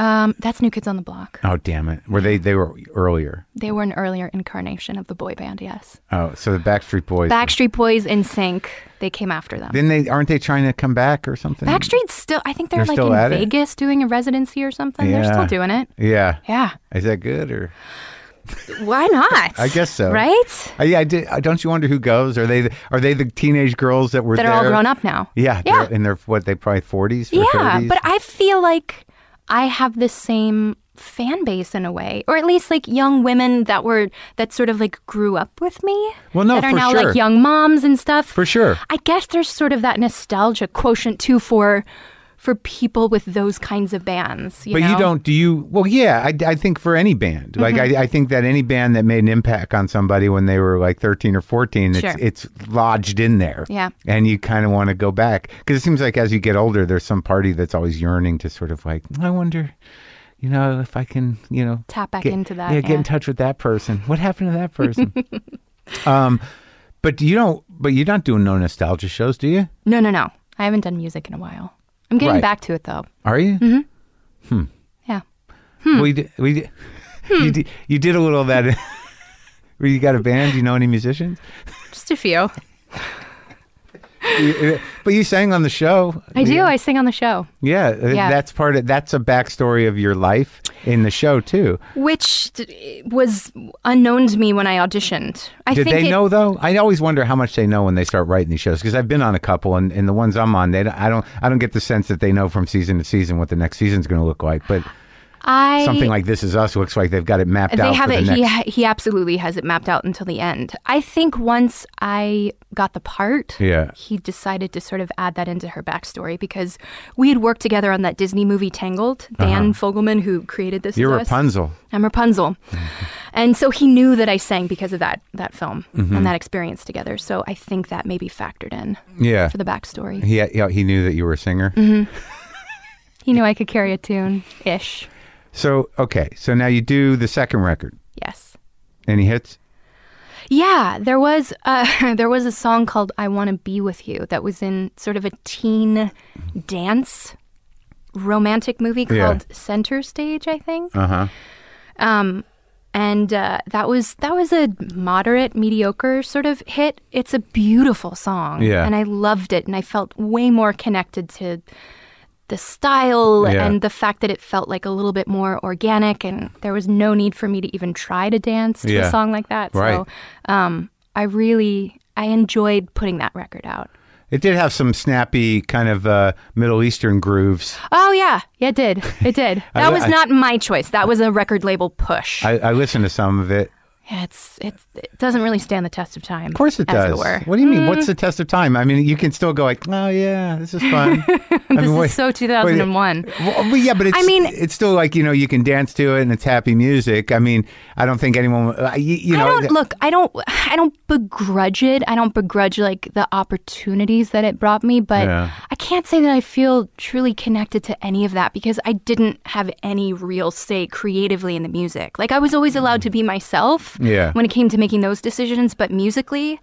Um, that's New Kids on the Block. Oh, damn it! Were they? They were earlier. They were an earlier incarnation of the boy band, yes. Oh, so the Backstreet Boys. Backstreet Boys in sync, they came after them. then they aren't they trying to come back or something? Backstreet's still I think they're, They're like still in at it? Vegas doing a residency or something. They're Yeah. still doing it. Yeah. Yeah. Is that good or? Why not? I guess so. Right? Uh, yeah, I did. uh, Don't you wonder who goes? Are they? the- Are they the teenage girls that were That there? are all grown up now. Yeah, Yeah. they're in their what? They probably forties. Yeah. But I feel like I have the same fan base in a way. Or at least like young women that were that sort of like grew up with me. Well, no, that are for now sure. like young moms and stuff. for sure. I guess there's sort of that nostalgia quotient too for for people with those kinds of bands. You But know? Mm-hmm. you don't. Do you? Well, yeah. I, I think for any band, like I, I think that any band that made an impact on somebody when they were like thirteen or fourteen, it's Sure. it's lodged in there. Yeah. and you kind of want to go back because it seems like as you get older, there's some party that's always yearning to sort of like, I wonder. You know, if I can, you know, Tap back get- into that, Yeah, get yeah. in touch with that person. What happened to that person? um, but you don't. But you're not doing no nostalgia shows, do you? No, no, no. I haven't done music in a while. I'm getting Right. back to it though. Are you? Yeah. Hmm. We did, we did, you, did, you did a little of that. Where you got a band? Do you know any musicians? Just a few. You- but you sang on the show. I do. I sing on the show, Yeah, uh, Yeah. that's part of that's a backstory of your life in the show too. which d- was unknown to me when I auditioned. I Did think they it- know though? I always wonder how much they know when they start writing these shows because I've been on a couple, and, and the ones I'm on, they don't, I don't I don't get the sense that they know from season to season what the next season's going to look like. But I something like This Is Us looks like they've got it mapped out. they have for it. The next, He ha- he absolutely has it mapped out until the end. I think once I got the part, Yeah. he decided to sort of add that into her backstory because we had worked together on that Disney movie Tangled. Dan Fogelman, who created this, Uh-huh. You're is Us. Rapunzel. I'm Rapunzel, and so he knew that I sang because of that that film Mm-hmm. and that experience together. So I think that maybe factored in Yeah. for the backstory. He, yeah, he knew that you were a singer. He knew I could carry a tune ish. So okay, so now you do the second record. Yes. Any hits? Yeah, there was uh, there was a song called "I Want to Be with You" that was in sort of a teen dance romantic movie Yeah. called Center Stage, I think. Uh huh. Um, and uh, that was that was a moderate, mediocre sort of hit. It's a beautiful song, Yeah. and I loved it, and I felt way more connected to the style Yeah. and the fact that it felt like a little bit more organic and there was no need for me to even try to dance to Yeah. a song like that Right. so um, i really i enjoyed putting that record out It did have some snappy kind of uh, Middle Eastern grooves. oh yeah yeah it did it did I that li- was I- not my choice that was a record label push I, I listened to some of it. Yeah, it's, it's it doesn't really stand the test of time Of course, it as does. it were Mm-hmm. What do you mean? What's the test of time? I mean, you can still go like, oh yeah, this is fun. this I mean, this what- is so 2001 Well, but yeah, but it's, I mean- it's still like you know you can dance to it and it's happy music. I mean, I don't think anyone, uh, you, you know, I don't th- look. I don't. I don't begrudge it. I don't begrudge like the opportunities that it brought me, but Yeah. I can't say that I feel truly connected to any of that because I didn't have any real say creatively in the music. Like I was always allowed to be myself. Yeah. When it came to making those decisions, but musically,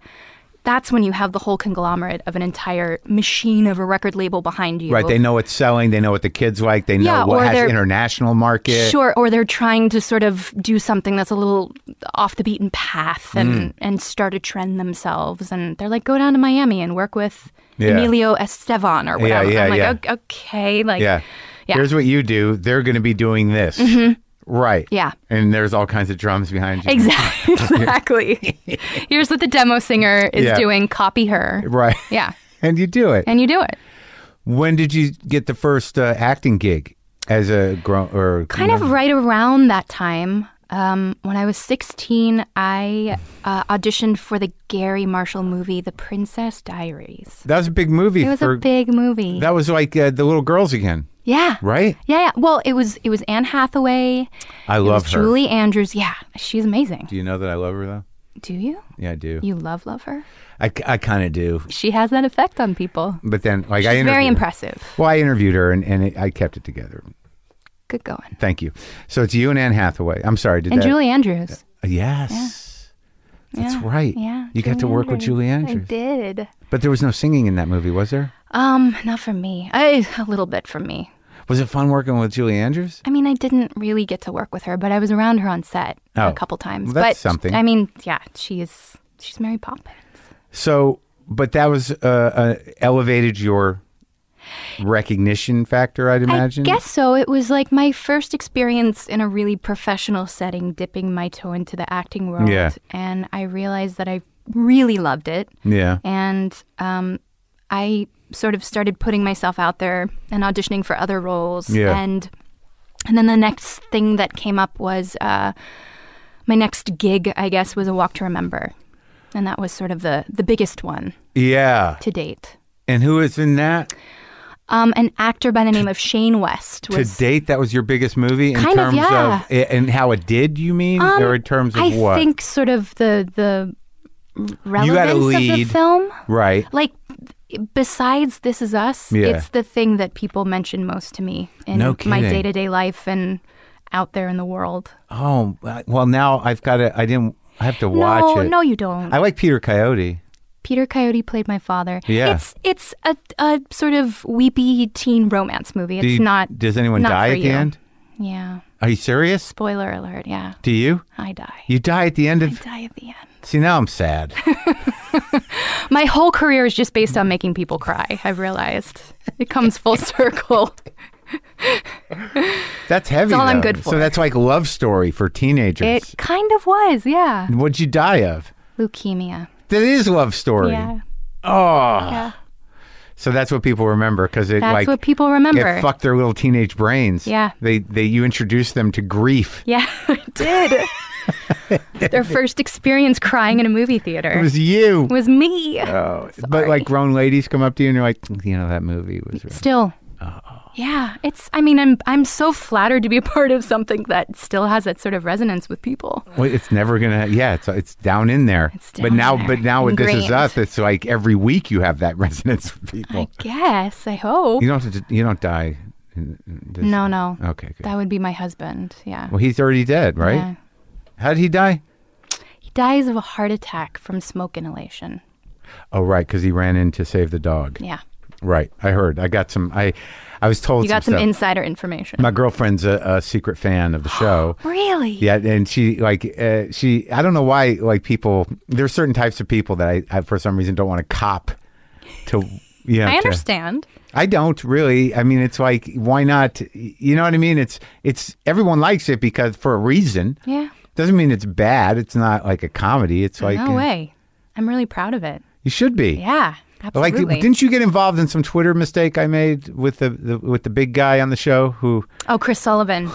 that's when you have the whole conglomerate of an entire machine of a record label behind you. Right, they know what's selling. They know what the kids like. They know Yeah, what or has they're- international market. Sure, or they're trying to sort of do something that's a little off the beaten path Mm. and, and start a trend themselves. And they're like, go down to Miami and work with Yeah. Emilio Estevan or whatever. yeah, I'm like, yeah. "Ok- okay, like, Yeah. Yeah. Mm-hmm. Here's what you do. They're going to be doing this. Right. Yeah. And there's all kinds of drums behind you. exactly. exactly. Here's what the demo singer is Yeah. doing. Copy her. Right. Yeah, And you do it. and you do it. when did you get the first uh, acting gig as a grown or kind of right around that time um, when i was 16 i uh, auditioned for the gary marshall movie the princess diaries That was a big movie it was for a big movie That was like uh, the little girls again, yeah right? yeah, yeah. well it was it was anne hathaway I it love was her. julie andrews yeah she's amazing Do you know that I love her though? do you Yeah, I do. you love love her I, I kind of do. she has that effect on people But then like I She's interviewed very her. impressive Well, I interviewed her and, and it, I kept it together. good going Thank you. So it's you and Anne Hathaway. I'm sorry, did and that julie andrews Yes. That's Yeah, right. yeah You got to work with Julie i Andrews. did But there was no singing in that movie, was there? um not for me I, a little bit for me Was it fun working with Julie Andrews? I mean, I didn't really get to work with her, but I was around her on set Oh. a couple times. Well, that's but something. I mean, yeah, she is. She's Mary Poppins. So, but that was uh, uh, elevated your recognition factor, I'd imagine. I guess so. It was like my first experience in a really professional setting, dipping my toe into the acting world, Yeah. and I realized that I really loved it. Yeah. And um, I sort of started putting myself out there and auditioning for other roles. Yeah. And and then the next thing that came up was uh, my next gig, I guess, was a Walk to Remember, and that was sort of the the biggest one Yeah. to date. And who was in that? Um, an actor by the name of Shane West To was date, that was your biggest movie in Kind of, terms yeah. of, and how it did, you mean? Um, or in terms of I what? think sort of the the You had a relevance of the lead. film. right. Like besides This Is Us, Yeah. it's the thing that people mention most to me in No my kidding. day to day life and out there in the world. Oh, well, now I've got to, I didn't, I have to watch no, it. no, you don't. I like Peter Coyote. Peter Coyote played my father. Yeah. It's it's a, a sort of weepy teen romance movie. It's Do you- not Does anyone not die for at the you. end? Yeah. Are you serious? Spoiler alert, yeah. Do you? I die. You die at the end of. Die at the end. See, now I'm sad. My whole career is just based on making people cry, I've realized. It comes full circle. That's heavy. all I'm though. good So for. that's like love story for teenagers. It kind of was, yeah. What'd you die of? Leukemia. That is love story. Yeah. Oh. Yeah. So that's what people remember because it That's like what people remember. it fucked their little teenage brains. Yeah. They they you introduced them to grief. yeah, it did. Their first experience crying in a movie It theater was you. was me. Oh, but like grown ladies come up to you and you're like, you know, that movie was. Really... Still. Yeah, it's. I mean, I'm. I'm so flattered to be a part of something that still has that sort of resonance with people. Well, it's never gonna. Yeah, it's it's down in there. It's but down now, there. but now with this is Ingrained. us, it's like every week you have that resonance with people. Yes, I hope. You don't have to. You don't die. in- in this- No, no. Okay. Good. That would be my husband. Yeah. Well, he's already dead, right? Yeah. How did he die? He dies of a heart attack from smoke inhalation. Oh, right, because he ran in to save the dog. Yeah. Right, I heard. I got some. I, I was told. You got some stuff. insider information. My girlfriend's a, a secret fan of the show. really? Yeah, and she like uh, she. I don't know why. Like people, there's certain types of people that I, I for some reason don't want to cop to. You know, I to- understand. I don't really. I mean, it's like why not? You know what I mean? It's it's everyone likes it because for a reason. Yeah. Doesn't mean it's bad. It's not like a comedy. It's like no uh, way. I'm really proud of it. You should be. Yeah. Like, Absolutely. didn't you get involved in some Twitter mistake I made with the, the with the big guy on the show who? Oh, Chris Sullivan.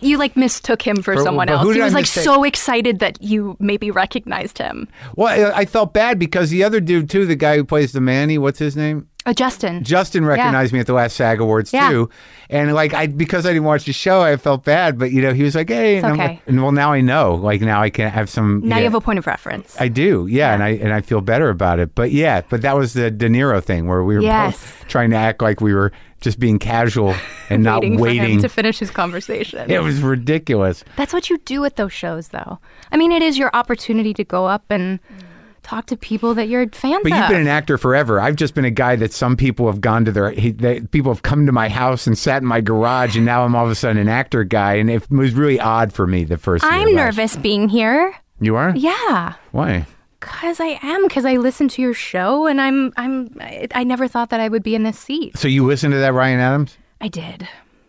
you like mistook him for, For- someone but else. who He did I was like mistake? so excited that you maybe recognized him. Well, I, I felt bad because the other dude too, the guy who plays the Manny, what's his name? Oh, Justin. Justin recognized me at the last SAG Awards Yeah. too, and like I because I didn't watch the show, I felt bad. But you know, he was like, "Hey," and, I'm okay. like- and well, now I know. Like now I can have some. now yeah. you have a point of reference. I do, yeah, and I and I feel better about it. But yeah, but that was the De Niro thing where we were Yes. both trying to act like we were just being casual and not waiting, waiting. for him to finish his conversation. it was ridiculous. That's what you do at those shows, though. I mean, it is your opportunity to go up and talk to people that you're fans But of. you've been an actor forever. I've just been a guy that some people have gone to their he, they, people have come to my house and sat in my garage, and now I'm all of a sudden an actor guy, and it was really odd for me the first. year I'm of nervous being here. acting. You are? Yeah. Why? Cause I am, cause I listen to your show, and I'm, I'm, I, I never thought that I would be in this seat. So you listened to that Ryan Adams I did.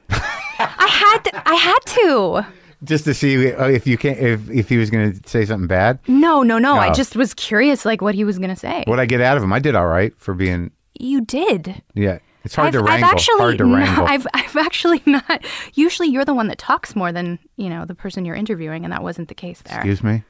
I had, to, I had to. just to see uh, if you can if if he was going to say something bad. No, no, no. I No. just was curious, like what he was gonna say. What I get out of him, I did all right for being. You did. Yeah, it's hard to I've, wrangle. I've actually hard to not, wrangle. I've, I've actually not. Usually, you're the one that talks more than you know the person you're interviewing, and that wasn't the case there. Excuse me.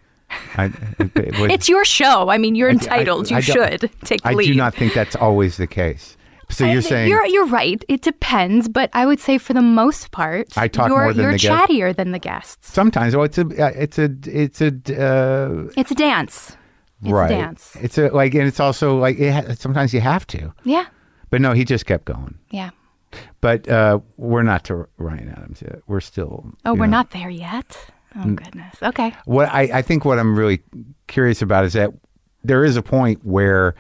I, it- it was- It's your show. I mean, you're I- entitled. you I don't- should take the I lead. do not think that's always the case. So I you're think- saying you're you're right. It depends, but I would say for the most part, I talk you're, more than you're the guest. chattier than the guests. sometimes well, it's a uh, it's a it's a uh, It's a dance. It's right a dance. It's a like and it's also like it ha- sometimes you have to. Yeah, But no, he just kept going. yeah. But uh, we're not to Ryan Adams yet. We're still. Oh, you we're know. not there yet. Oh goodness. Okay. What I, I think what I'm really curious about is that there is a point where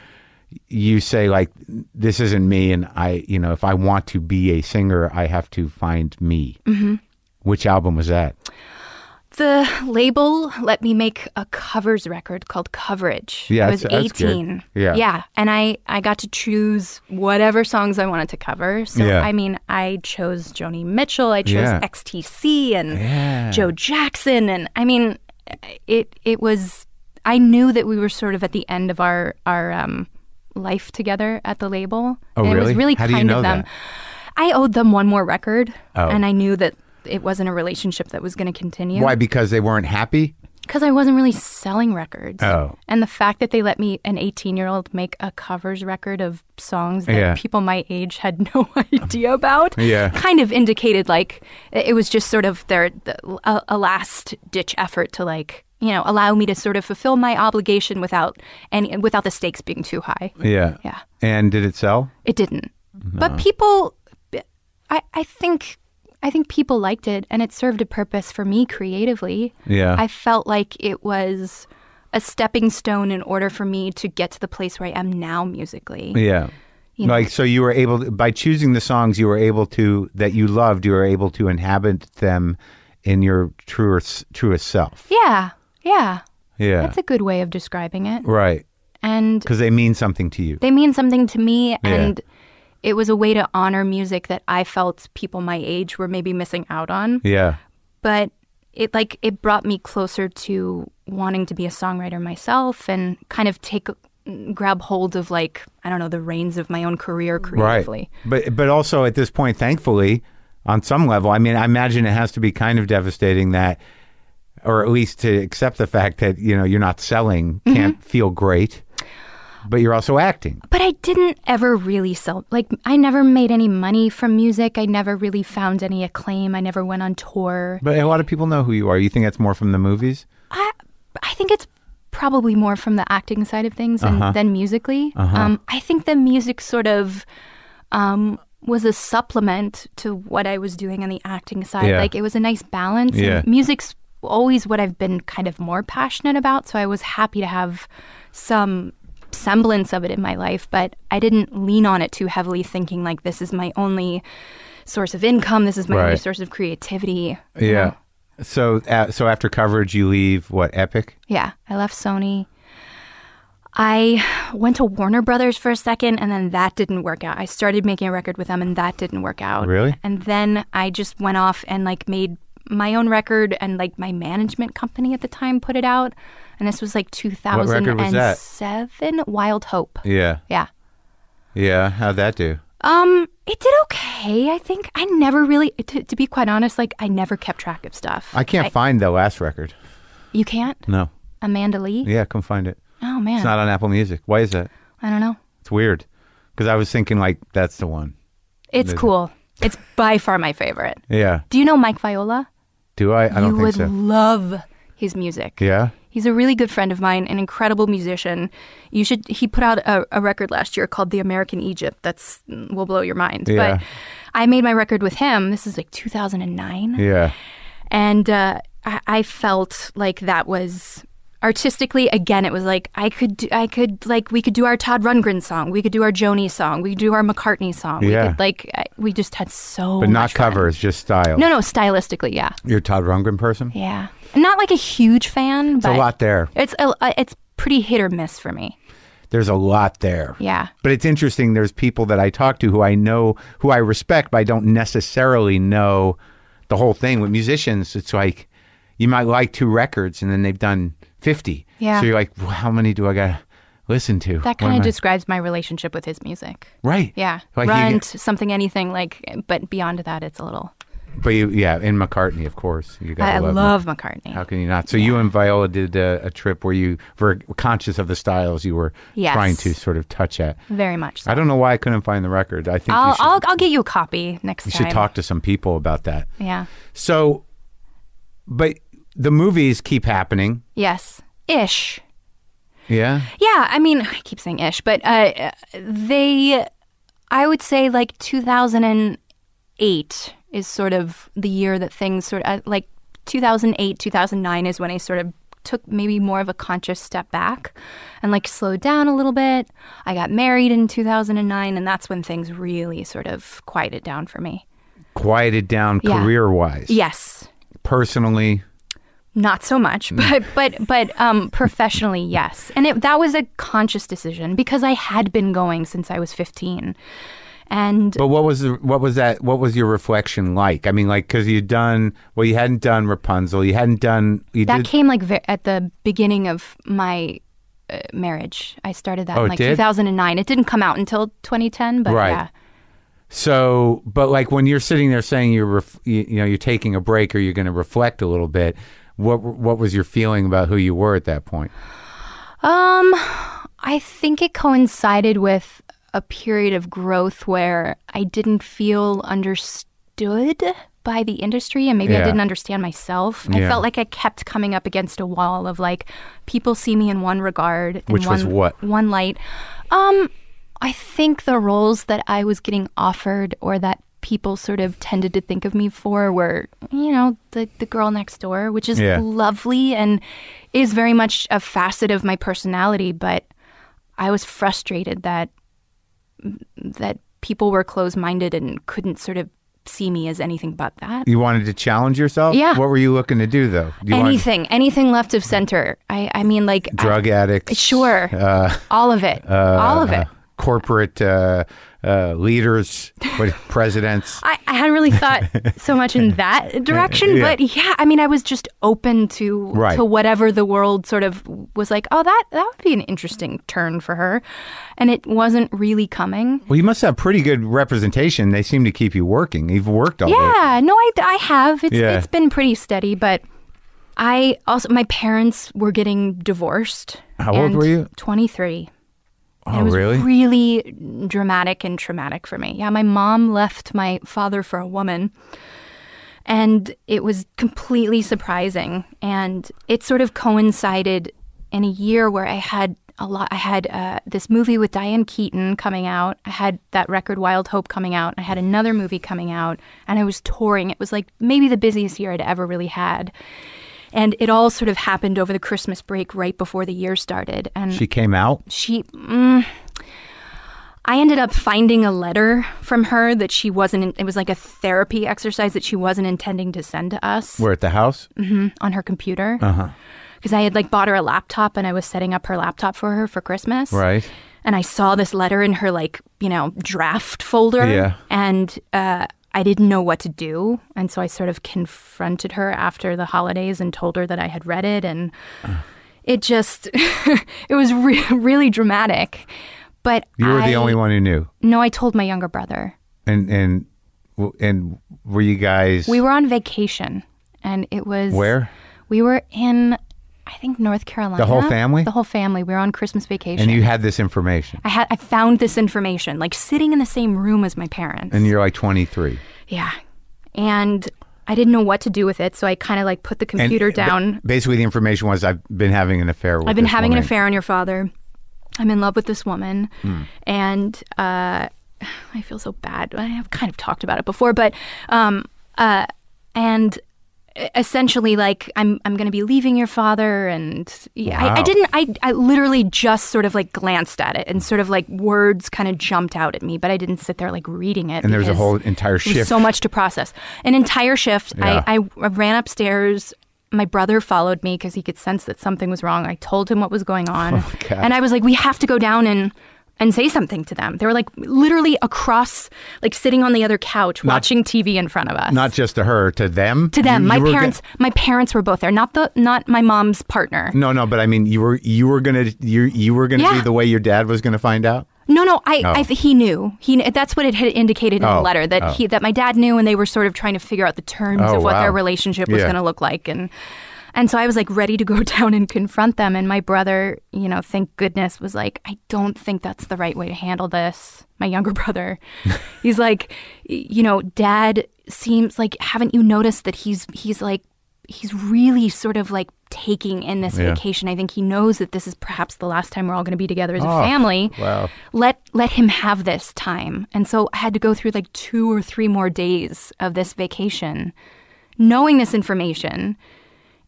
you say like this isn't me, and I you know if I want to be a singer, I have to find me. Mm-hmm. Which album was that? The label let me make a covers record called Coverage. Yeah, I was that's- that's good. 18. Yeah. Yeah. And I, I got to choose whatever songs I wanted to cover. So, Yeah. I mean, I chose Joni Mitchell, I chose Yeah. XTC and Yeah. Joe Jackson. And I mean, it, it was, I knew that we were sort of at the end of our, our um, life together at the label. Oh, and It really? was really How do kind you know of them. that? I owed them one more record. Oh. And I knew that it wasn't a relationship that was going to continue Why? Because they weren't happy. because I wasn't really selling records. Oh. And the fact that they let me, an 18 year old, make a covers record of songs that Yeah. people my age had no idea about Yeah. kind of indicated like it was just sort of their the, a, a last ditch effort to like, you know, allow me to sort of fulfill my obligation without any, without the stakes being too high. Yeah. Yeah. And did it sell? It didn't. Mm-hmm. But people, I, I think. I think people liked it and it served a purpose for me creatively. Yeah. I felt like it was a stepping stone in order for me to get to the place where I am now musically. Yeah. You know? Like so you were able to, by choosing the songs you were able to that you loved, you were able to inhabit them in your truer truest self. Yeah. Yeah. Yeah. That's a good way of describing it. right. And Cuz they mean something to you. they mean something to me and it was a way to honor music that I felt people my age were maybe missing out on. Yeah. but it like it brought me closer to wanting to be a songwriter myself and kind of take mm, grab hold of like I don't know the reins of my own career Right. creatively. But but also at this point thankfully on some level, I mean, I imagine it has to be kind of devastating that or at least to accept the fact that, you know, you're not selling can't feel great, but you're also acting. But I didn't ever really sell like I never made any money from music. I never really found any acclaim. I never went on tour. But a lot of people know who you are. You think that's more from the movies? I I think it's probably more from the acting side of things than, Uh-huh. than musically. Um, I think the music sort of um, was a supplement to what I was doing on the acting side. Yeah. Like it was a nice balance. and Yeah. music's always what I've been kind of more passionate about, so I was happy to have some semblance of it in my life, but I didn't lean on it too heavily thinking like this is my only source of income, this is my only Right. source of creativity. you know? Yeah. So uh, so after coverage, you leave what Epic? Yeah, I left Sony. I went to Warner Brothers for a second and then that didn't work out. I started making a record with them and that didn't work out. Really? And then I just went off and like made my own record and like my management company at the time put it out. And this was like 2007 record was that? Wild Hope. Yeah. Yeah. Yeah. How'd that do? Um it did okay, I think. I never really to, to be quite honest, like I never kept track of stuff. I can't find the last record. you can't? No. Amanda Lee? Yeah, come find it. Oh man. It's not on Apple Music. Why is that? I don't know. It's weird. Because I was thinking like that's the one. It's cool. It's by far my favorite. Yeah. Do you know Mike Viola? Do I? I don't you think would so. love his music. yeah. He's a really good friend of mine, an incredible musician. You should. He put out a, a record last year called "The American Egypt." That's will blow your mind. Yeah. But I made my record with him. This is like 2009, Oh, Yeah. and uh, I, I felt like that was artistically again it was like i could do, i could like we could do our todd rundgren song we could do our joni song we could do our mccartney song we Yeah. could like I, we just had so But not much fun. covers, just style. no no stylistically yeah You're a Todd Rundgren person? yeah not like a huge fan There's but a lot there. it's a, a- it's pretty hit or miss for me There's a lot there. yeah But it's interesting. There's people that I talk to who I know, who I respect, but I don't necessarily know the whole thing. With musicians, it's like you might like two records and then they've done 50. Yeah. So you're like, well, how many do I got to listen to? that What kind am of I- describes my relationship with his music Right. yeah Like you runt get- something anything like but beyond that it's a little but you, yeah, and McCartney, of course. You gotta i, love, Mc- love mccartney How can you not? So you and Viola did uh, a, a trip where you were conscious of the styles you were Yes. trying to sort of touch at. very much so. I don't know why I couldn't find the record. I think you I'll, should, I'll I'll get you a copy next you time. should talk to some people about that. Yeah. So, but the movies keep happening. Yes. Ish. Yeah. Yeah. I mean, I keep saying ish, but uh, they, I would say like 2008 is sort of the year that things sort of like 2008, 2009 is when I sort of took maybe more of a conscious step back and like slowed down a little bit. I got married in 2009, and that's when things really sort of quieted down for me. Quieted down Yeah. career wise. Yes. Personally, not so Mm. much but but but um professionally yes and it, that was a conscious decision because i had been going since i was 15 and but what was the, what was that? What was your reflection like? I mean, like because you'd done well, you hadn't done Rapunzel, you hadn't done you that did came like ve- at the beginning of my uh, marriage i started that Oh, it in like did? 2009 it didn't come out until 2010 but Right. yeah so. But like when you're sitting there saying you're ref, you, you know you're taking a break or you're going to reflect a little bit. What what was your feeling about who you were at that point? Um, I think it coincided with a period of growth where I didn't feel understood by the industry and maybe Yeah. I didn't understand myself. I Yeah. felt like I kept coming up against a wall of like people see me in one regard, in Which was one- what? One light. Um, I think the roles that I was getting offered or that people sort of tended to think of me for were, you know, the, the girl next door, which is Yeah. lovely and is very much a facet of my personality, but I was frustrated that mm, that people were closed-minded and couldn't sort of see me as anything but that. You wanted to challenge yourself. Yeah. What were you looking to do though? You wanted- anything, anything left of center. I I mean like I- drug addicts. sure. Uh, all of it. all of it. uh, corporate uh, uh, leaders, what- presidents. I, I hadn't really thought so much in that direction, Yeah. but yeah, I mean, I was just open to Right. to whatever the world sort of was like. Oh, that that would be an interesting turn for her, and it wasn't really coming. Well, you must have pretty good representation. They seem to keep you working. You've worked all day. Yeah, no, I, I have. It's Yeah. it's been pretty steady, but I also my parents were getting divorced. How old and were you? Twenty three. Oh, it was really? really dramatic and traumatic for me. Yeah, my mom left my father for a woman. And it was completely surprising. And it sort of coincided in a year where I had a lot. I had uh, this movie with Diane Keaton coming out. I had that record Wild Hope coming out. I had another movie coming out. And I was touring. It was like maybe the busiest year I'd ever really had. And it all sort of happened over the Christmas break right before the year started. And she came out. she mm, i ended up finding a letter from her that she wasn't it was like a therapy exercise that she wasn't intending to send to us We're at the house. Mm-hmm. on her computer because i had like bought her a laptop and i was setting up her laptop for her for christmas Right. and i saw this letter in her like you know draft folder Yeah. and uh, i didn't know what to do and so i sort of confronted her after the holidays and told her that i had read it and Uh. it just it was re- really dramatic but You were I- the only one who knew. no i told my younger brother And and and were you guys? we were on vacation and it was Where? we were in i think north carolina whole family? the whole family we were on christmas vacation And you had this information. i had i found this information like sitting in the same room as my parents And you're like 23. yeah and i didn't know what to do with it so i kind of like put the And computer ba- down Basically, the information was I've been having an affair with. I've been this having an woman. Hmm. affair on your father. I'm in love with this woman, and uh, I feel so bad. I have kind of talked about it before, but um, uh, and essentially like I'm I'm going to be leaving your father and yeah, I, Wow. I didn't I I literally just sort of like glanced at it and sort of like words kind of jumped out at me, but I didn't sit there like reading it. And there was a because whole entire there was shift. So much to process. An entire shift. Yeah. I, I ran upstairs. My brother followed me because he could sense that something was wrong. I told him what was going on, Oh, God. and I was like, "We have to go down and." And say something to them. They were like literally across, like sitting on the other couch, watching TV in front of us Not just to her, to them. to them. You- my you were go- parents, my parents were both there. Not the, not my mom's partner. no, no, but I mean, you were you were gonna you you were gonna be Yeah. the way your dad was gonna find out. No, no. I, I, he knew. He, kn- that's what it had indicated in Oh, the letter that oh. he, that my dad knew, and they were sort of trying to figure out the terms Oh, of what wow. their relationship was Yeah. going to look like, and, and so I was like ready to go down and confront them, and my brother, you know, thank goodness, was like, I don't think that's the right way to handle this. My younger brother, he's like, y- you know, dad seems like haven't you noticed that he's he's like he's really sort of like taking in this Yeah. vacation. I think he knows that this is perhaps the last time we're all going to be together as a Oh, family. wow. Let let him have this time. And so I had to go through like two or three more days of this vacation knowing this information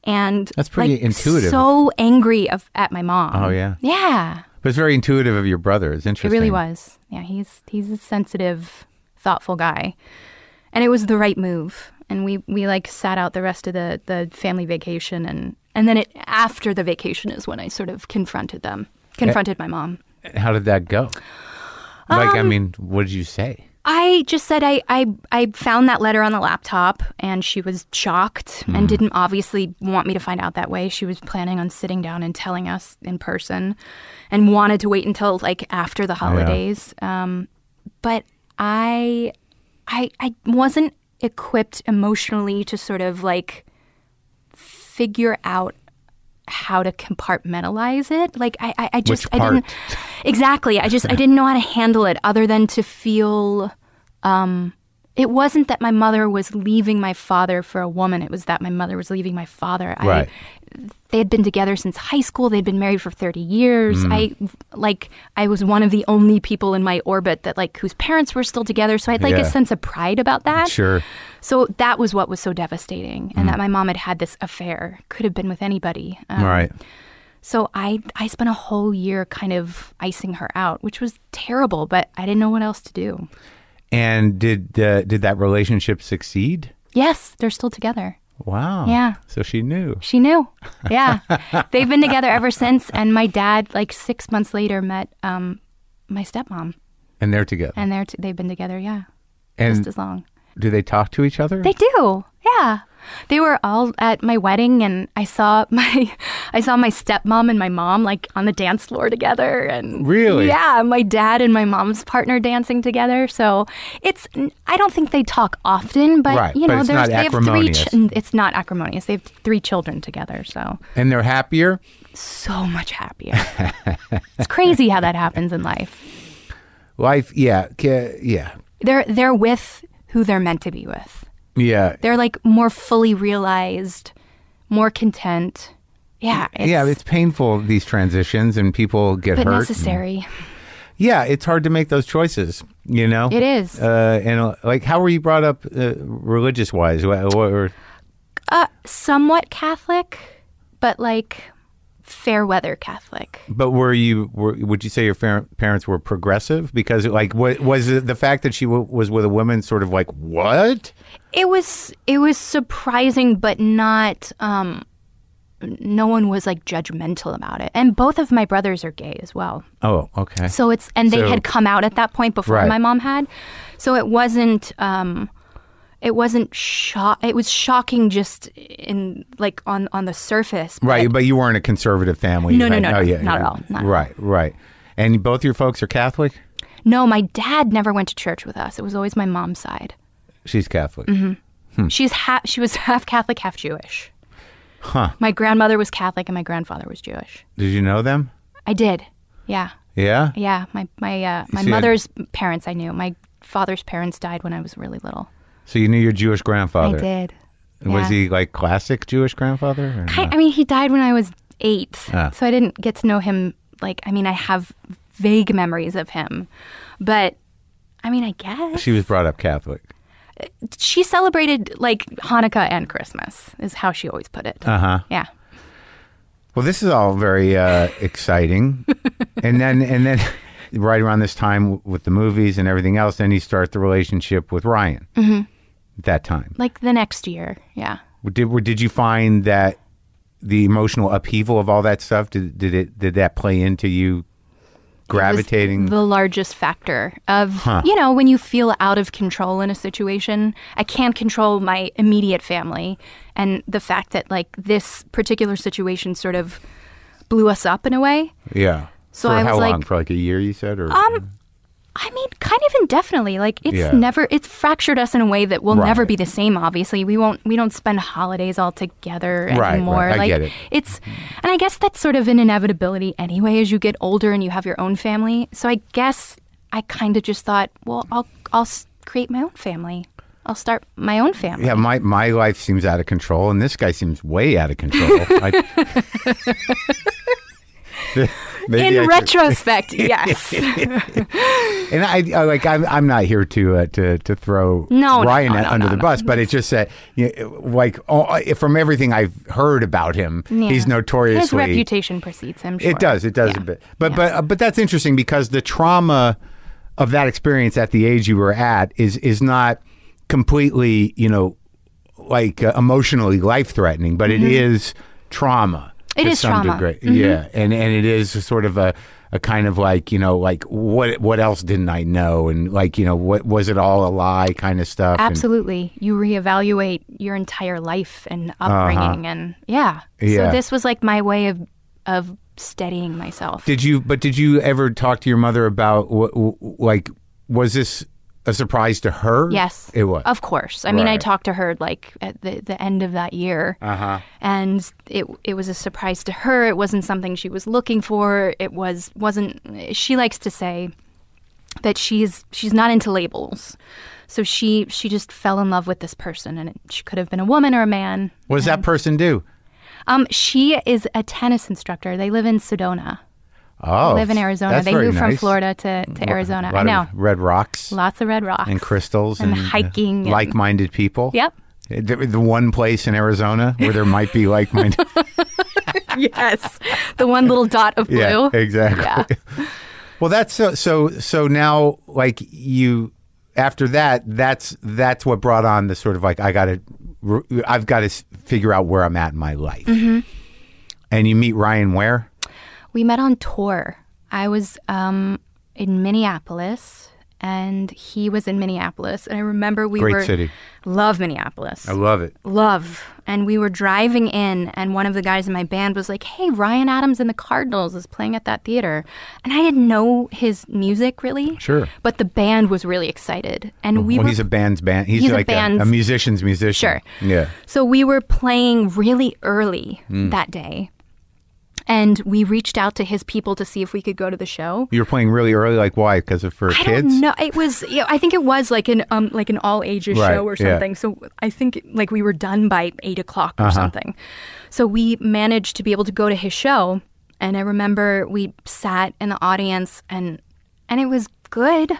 and That's pretty like, intuitive. So angry of at my mom. Oh, yeah. Yeah. It was very intuitive of your brother. It's It interesting. really was. Yeah, he's he's a sensitive, thoughtful guy, and it was the right move. And we we like sat out the rest of the the family vacation, and and then it after the vacation is when I sort of confronted them, Eh, confronted my mom. How did that go? like, Um, I mean, what did you say? I just said I, I I found that letter on the laptop, and she was shocked and didn't obviously want me to find out that way. She was planning on sitting down and telling us in person, and wanted to wait until like after the holidays. Um, but I, I I wasn't equipped emotionally to sort of like figure out how to compartmentalize it. Like I, I, I just, I didn't part? exactly. I just, I didn't know how to handle it, other than to feel. Um, it wasn't that my mother was leaving my father for a woman. It was that my mother was leaving my father. Right. I, they had been together since high school. They'd been married for 30 years. Mm. I like I was one of the only people in my orbit that like whose parents were still together. So I had like Yeah. a sense of pride about that. Sure. Mm. So that was what was so devastating and that my mom had had this affair. Could have been with anybody. Um, All right. So I I spent a whole year kind of icing her out, which was terrible, but I didn't know what else to do. And did uh, did that relationship succeed? Yes, they're still together. Wow. Yeah. So she knew. She knew. Yeah. They've been together ever since. And my dad, like six months later, met um, my stepmom. And they're together. And they're t- they've been together, yeah, And just as long. do they talk to each other? They do, yeah. They were all at my wedding, and I saw my, I saw my stepmom and my mom like on the dance floor together, and Really? yeah, my dad and my mom's partner dancing together. So it's, I don't think they talk often, but Right, you but know, it's not there's, they have three. acrimonious. it's not acrimonious. They have three children together, so and they're happier? so much happier. it's crazy how that happens in life. Life, yeah. ca- Yeah. They're they're with who they're meant to be with. Yeah. They're like more fully realized, more content. Yeah, it's, yeah, it's painful, these transitions, and people get but hurt. necessary. Yeah, it's hard to make those choices, you know? It is. Uh, and, uh, like, how were you brought up uh, religious wise? What, what were. Uh, somewhat Catholic, but like fair weather Catholic. But were you? Were, would you say your far- parents were progressive? Because like, what was it the fact that she w- was with a woman? Sort of like what? It was it was surprising, but not. Um, no one was like judgmental about it, and both of my brothers are gay as well. Oh, okay. So it's and they So- had come out at that point before Right. my mom had. So it wasn't um it wasn't shock it was shocking just in like on on the surface. but- right, but you weren't a conservative family. No, no, right? no, Oh, no, yeah, not at yeah. all, not at all. right, right. And both your folks are Catholic. No, my dad never went to church with us. It was always my mom's side. She's Catholic. Mm-hmm. Hmm. She's half she was half Catholic, half Jewish. Huh. My grandmother was Catholic and my grandfather was Jewish. Did you know them? I did. Yeah. Yeah. Yeah, my my uh, my see, I- mother's parents I knew. My father's parents died when I was really little. So you knew your Jewish grandfather. I did. Was Yeah. he like classic Jewish grandfather? or I, no? I mean, he died when I was eight, Ah. so I didn't get to know him. Like, I mean, I have vague memories of him, but I mean, I guess She was brought up Catholic. she celebrated like Hanukkah and Christmas, is how she always put it. Uh huh. Yeah. Well, this is all very uh, exciting, and then and then right around this time w- with the movies and everything else, then you start the relationship with Ryan. Mm-hmm. At that time, Like the next year. Yeah. did were- did you find that the emotional upheaval of all that stuff did did it did that play into you was gravitating? the largest factor of you know when you feel out of control in a situation i can't control my immediate family and the fact that like this particular situation sort of blew us up in a way yeah. So For I was how long? like- Um, For like a year, you said, or i mean kind of indefinitely like it's Yeah. never it's fractured us in a way that will never Right. be the same obviously we won't we don't spend holidays all together Right, anymore right. I like get it. it's and i guess that's sort of an inevitability anyway as you get older and you have your own family so i guess i kind of just thought well i'll i'll s- create my own family i'll start my own family yeah, my my life seems out of control, and this guy seems way out of control. I, Maybe I in should- retrospect yes And I, I like I'm, I'm not here to uh, to to throw No, no, Ryan no, no, under no, the no. bus, but it's just that you know, like all, from everything I've heard about him, Yeah. he's notoriously his reputation precedes him sure. It does, it does Yeah. a bit, but Yeah. but uh, but that's interesting because the trauma of that experience at the age you were at is is not completely you know like uh, emotionally life threatening, but it is trauma. Mm-hmm. It to is some trauma. Mm-hmm. degree. Yeah, and and it is sort of a a kind of like you know like what what else didn't I know and like you know what was it all a lie kind of stuff. and- Absolutely. You reevaluate your entire life and upbringing and yeah. Uh-huh. Yeah. So this was like my way of of steadying myself. Did you? But did you ever talk to your mother about what? Like, was this a surprise to her? yes. it was. Of course. I mean, I Right. talked to her like at the, the end of that year. Uh-huh. And it it was a surprise to her. It wasn't something she was looking for. It was wasn't she likes to say that she's she's not into labels. So she she just fell in love with this person and it, she could have been a woman or a man. What does that person do? Um, she is a tennis instructor. They live in Sedona. Oh, They live in Arizona. that's they very moved from nice. Florida to, to Arizona. Lot I of know. red rocks Lots of red rocks. and crystals and and, uh, hiking and- like-minded people. Eh, Yep. The, the one place in Arizona where there might be like-minded. yes. The one little dot of blue. yeah, exactly. Well, that's so so so now like you after that that's that's what brought on the sort of like I got to I've got to figure out where I'm at in my life. Mm-hmm. And you meet Ryan where? We met on tour. I was um, in Minneapolis and he was in Minneapolis. And I remember we Great were city. love Minneapolis. love it. love. And we were driving in, and one of the guys in my band was like, Hey, Ryan Adams and the Cardinals is playing at that theater. And I didn't know his music really. Sure. Oh, But the band was really excited. And we well, were. he's a band's band. He's, He's a like band's- musician's musician. Sure. Yeah. Hmm. So we were playing really early that day. And we reached out to his people to see if we could go to the show. You were playing really early, like why? Because of for I kids. don't know. It was. You know, I think it was like an um like an all ages Right, show or yeah. Uh-huh. something. So I think like we were done by eight o'clock or something. So we managed to be able to go to his show, and I remember we sat in the audience and and it was good.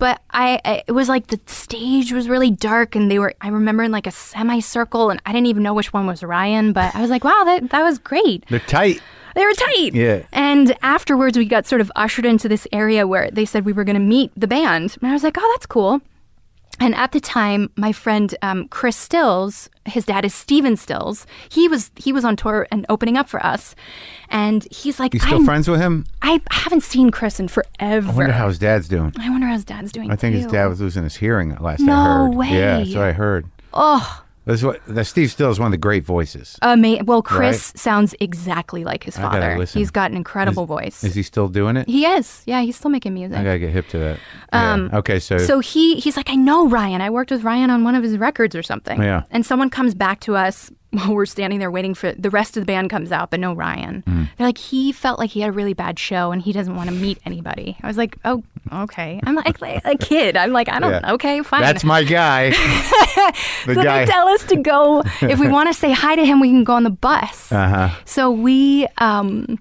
But I, I, it was like the stage was really dark, and they were. I remember in like a semicircle, and I didn't even know which one was Ryan. But I was like, "Wow, that that was great." They're tight. They were tight. Yeah. And afterwards, we got sort of ushered into this area where they said we were going to meet the band. And I was like, oh, that's cool. And at the time, my friend um, Chris Stills, his dad is Steven Stills. He was he was on tour and opening up for us, and he's like, You still I'm- friends with him? I haven't seen Chris in forever. I wonder how his dad's doing. I wonder how his dad's doing. I think his too. dad was losing his hearing last No I heard. way. Yeah, that's what I heard. Oh. That's what that Steve Still is one of the great voices. Ama- well, Chris sounds exactly like his gotta father. listen. He's got an incredible voice. Is he still doing it? he is. Yeah, he's still making music. I gotta get hip to that. Yeah. okay, so, So he he's like, I know Ryan. I worked with Ryan on one of his records or something. Yeah. And someone comes back to us while we're standing there waiting for the rest of the band comes out, but no Ryan. Mm. They're like, he felt like he had a really bad show and he doesn't want to meet anybody. I was like, oh, okay. I'm like like a kid. I'm like, I don't. Yeah. Okay, fine. that's my guy. the so guy. they tell us to Uh-huh. go. If we want to say hi to him, we can go on the bus. So we um,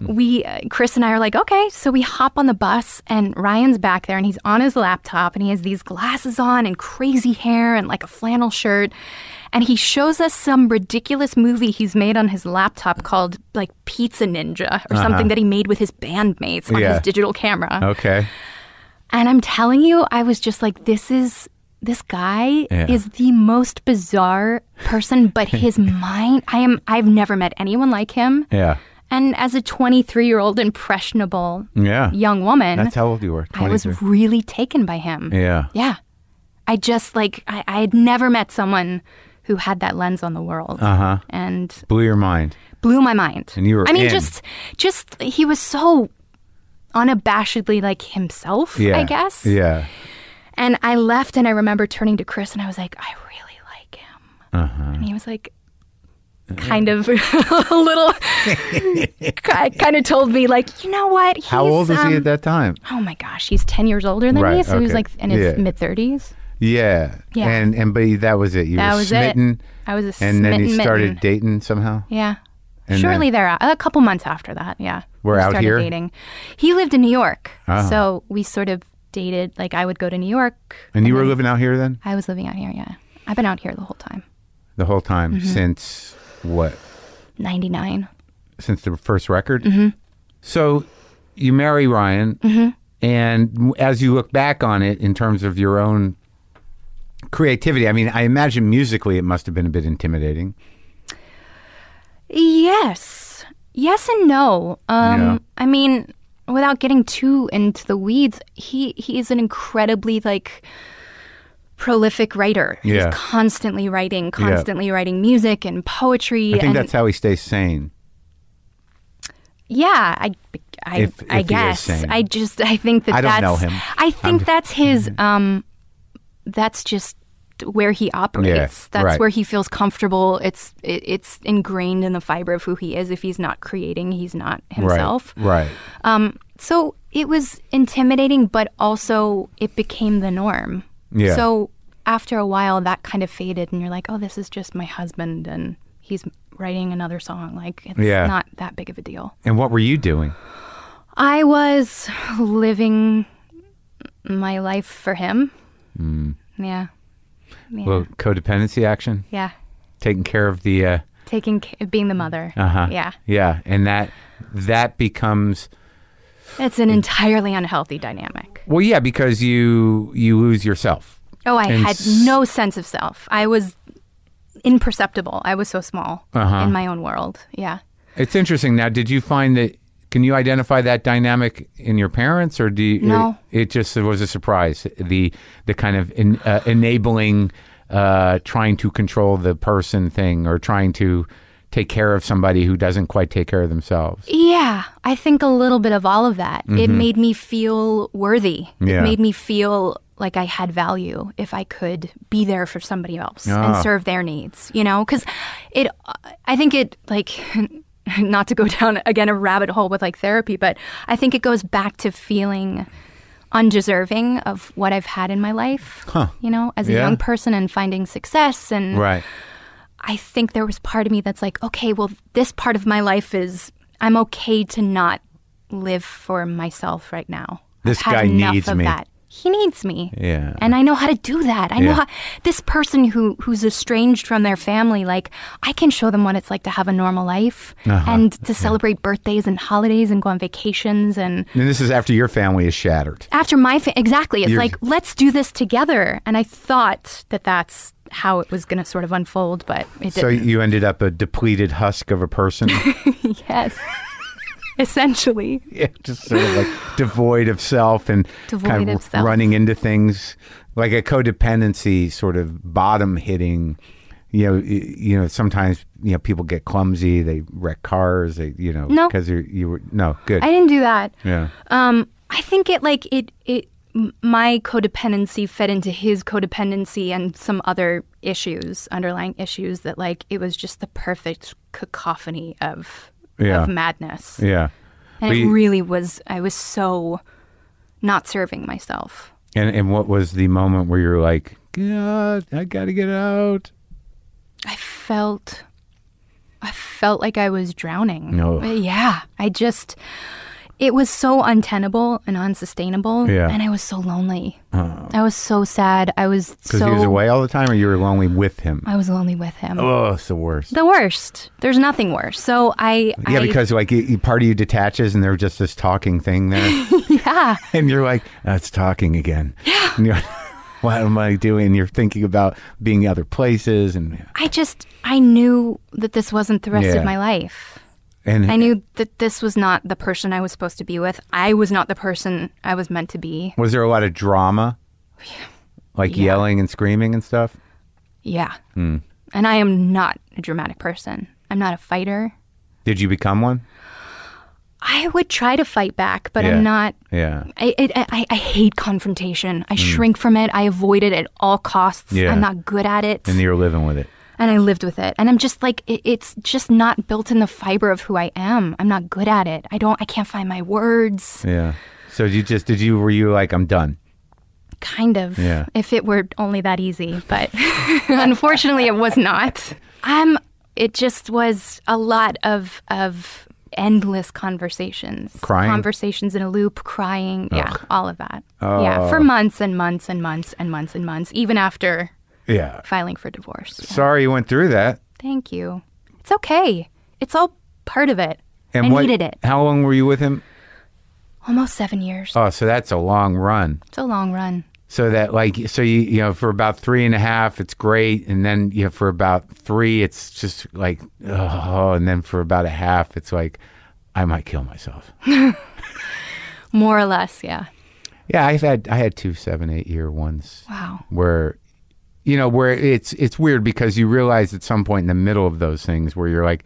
we uh, Chris and I are like, okay, so we hop on the bus and Ryan's back there and he's on his laptop and he has these glasses on and crazy hair and like a flannel shirt and he shows us some ridiculous movie he's made on his laptop called like Pizza Ninja or something that he made with his bandmates on Uh-huh. Yeah. Oh, his digital camera. Okay. And I'm telling you, I was just like, this is this guy Yeah. is the most bizarre person, but his mind I am I've never met anyone like him. Yeah. And as a 23 year old impressionable Yeah. young woman, That's how old you were. I was 23. really taken by him. Yeah. Yeah. I just like, I, I had never met someone who had that lens on the world. Uh huh. And Blew your mind. blew my mind. Uh-huh. And you were I mean, in. just, just, he was so unabashedly like himself, Yeah. I guess. Yeah. And I left and I remember turning to Chris and I was like, I really like him. Uh-huh. And he was like, kind of a little, ki- kind of told me, like, you know what? He's, How old was he um, at that time? Oh my gosh, he's 10 years older than me. Right, So he was okay. like in his Yeah. mid 30s. Yeah. Yeah. And and but that was it. You That were was it. smitten. I was a And then you smitten started mitten. dating somehow. Yeah. And Shortly thereafter, a couple months after that, yeah. We're we out started here? dating. He lived in New York. Ah. So we sort of dated, like I would go to New York. And you were living out here then I was living out here, yeah. I've been out here the whole time. the whole time Mm-hmm. since what? 99. Since the first record. Mm-hmm. So you marry Ryan, and w- as you look back on it in terms of your own creativity, I mean, I imagine musically it must have been a bit intimidating. Yes. Yes and no. Um Yeah. I mean, without getting too into the weeds, he he is an incredibly like prolific writer. Yeah. He's constantly writing, constantly writing music and poetry I think and that's how he stays sane. yeah, I I, If- I if he is guess. sane. I just I think that I don't that's know him. mm-hmm. I think that's his um that's just where he operates. that's right. where he feels comfortable. It's it, it's ingrained in the fiber of who he is. If he's not creating, he's not himself. Right. Right. So it was intimidating, but also it became the norm. Yeah. So after a while, that kind of faded, and you're like, oh, this is just my husband, and he's writing another song. Like, it's Yeah. not that big of a deal. And what were you doing? I was living my life for him. Mm. Yeah. Yeah. Well, codependency action, yeah. taking care of the. Uh, Taking ca- being the mother. Uh-huh. Yeah. Yeah, and that that becomes It's an entirely unhealthy dynamic. well, yeah, because you you lose yourself. Oh, I And had s- no sense of self. I was imperceptible. I was so small Uh-huh. in my own world. Yeah. It's interesting. Now, did you find that? Can you identify that dynamic in your parents, or do you, No. It, it just was a surprise. The the kind of in, uh, enabling, uh, trying to control the person thing, or trying to take care of somebody who doesn't quite take care of themselves. Yeah, I think a little bit of all of that. It made me feel worthy. Mm-hmm. Yeah. It made me feel like I had value if I could be there for somebody else Ah. and serve their needs, you know? Cuz it I think it like not to go down again a rabbit hole with like therapy, but I think it goes back to feeling undeserving of what I've had in my life, you know, as a Yeah. young person and finding success and Right. I think there was part of me that's like, okay, well, this part of my life is I'm okay to not live for myself right now. This I've had guy enough needs of me. That. He needs me. Yeah. And I know how to do that. I know Yeah. how this person who who's estranged from their family, like I can show them what it's like to have a normal life Uh-huh. and to celebrate birthdays and holidays and go on vacations and And this is after your family is shattered. after my fa- exactly it's You're- like let's do this together and i thought that that's how it was going to sort of unfold but it didn't So you ended up a depleted husk of a person. Yes. Essentially. yeah, just sort of like devoid of self and kind Devoid of, of self. running into things like a codependency sort of bottom hitting you know y- you know sometimes you know people get clumsy they wreck cars they you know No. because you you were no good I didn't do that. yeah Um, I think it like it it m- my codependency fed into his codependency and some other issues, underlying issues that like it was just the perfect cacophony of Yeah. of madness. yeah And But it you- really was I was so not serving myself. and and what was the moment where you're like god i gotta get out I felt I felt like I was drowning. Uh, No. Yeah. I just, it was so untenable and unsustainable. Yeah. And I was so lonely. I was so sad. I was Because so. he was away all the time, or you were lonely with him. I was lonely with him. Oh, it's the worst. The worst. There's nothing worse. So I. yeah, I, because like you, you- part of you detaches, and there's just this talking thing there, Yeah. and you're like, "That's talking again." Yeah. And you're, what am I doing? And you're thinking about being other places, and I just, I knew that this wasn't the rest Yeah. of my life. and I knew that this was not the person I was supposed to be with. I was not the person I was meant to be. was there a lot of drama, Oh, like yelling and screaming and stuff? Yeah. Hmm. And I am not a dramatic person. I'm not a fighter. Did you become one? I would try to fight back, but Yeah. I'm not. Yeah. I, it, I I hate confrontation. I shrink from it. I avoid it at all costs. Hmm. Yeah. I'm not good at it, And you're living with it. and I lived with it. And I'm just like it, it's just not built in the fiber of who I am. I'm not good at it. I don't. I can't find my words. Yeah. So you just did you were you like I'm done? Kind of. Yeah. If it were only that easy, but unfortunately, it was not. I'm. It just was a lot of of endless conversations, Crying? conversations in a loop, crying. Yeah, all of that. Yeah, Oh. for months and months and months and months and months, even after Yeah. filing for divorce. Sorry you went through that. Thank you. It's okay. It's all part of it. And I what, needed it. How long were you with him? Almost seven years. Oh, so that's a long run. it's a long run. So that like so you you know for about three and a half it's great, and then you know for about three it's just like oh, and then for about a half it's like I might kill myself. More or less, yeah. Yeah, I've had I had two seven eight year ones. Wow. where you know where it's it's weird because you realize at some point in the middle of those things where you're like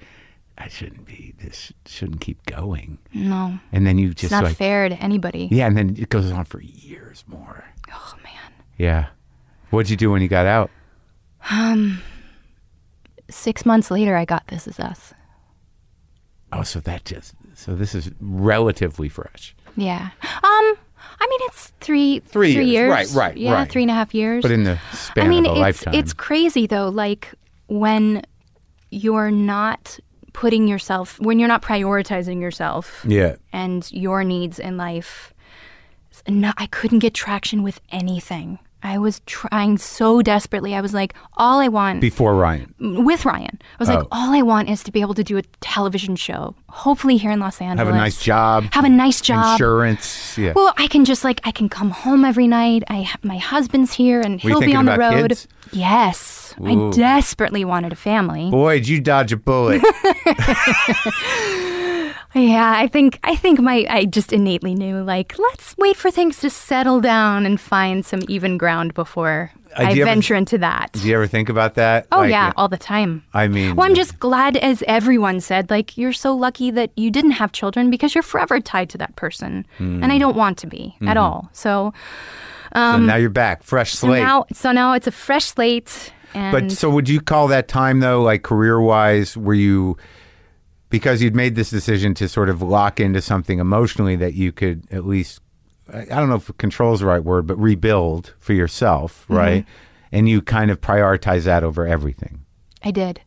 i shouldn't be this shouldn't keep going No. and then you It's just not like fair to anybody. yeah and then it goes on for years more Oh man. yeah what'd you do when you got out Six months later I got this is us. oh so that just so this is relatively fresh Yeah. Um I mean it's three Three three years. years. Right, right, Yeah, right. three and a half years. but in the span I mean, of a it's lifetime it's crazy though. Like when you're not putting yourself, when you're not prioritizing yourself yeah and your needs in life, s- no, I couldn't get traction with anything. I was trying so desperately. I was like, all I want before ryan with Ryan, I was like, Oh. all I want is to be able to do a television show, hopefully here in Los Angeles. have a nice job Have a nice job. insurance yeah Well, I can just like I can come home every night. I ha- my husband's here, and you he'll be thinking on the about road. kids? Yes, Ooh. I desperately wanted a family. boy did you dodge a bullet Yeah, I think I think my I just innately knew like let's wait for things to settle down and find some even ground before Uh, do I you ever- venture into that. do you ever think about that Oh Like, yeah, all the time. i mean Well, I'm just glad, as everyone said, like you're so lucky that you didn't have children because you're forever tied to that person, and Hmm. I don't want to be at all. So, so now you're back fresh Um, so slate now, so now it's a fresh slate. And But so would you call that time though, like career wise, were you because you'd made this decision to sort of lock into something emotionally that you could at least I I don't know if control is the right word, but rebuild for yourself, Mm-hmm. right? And you kind of prioritize that over everything. I did.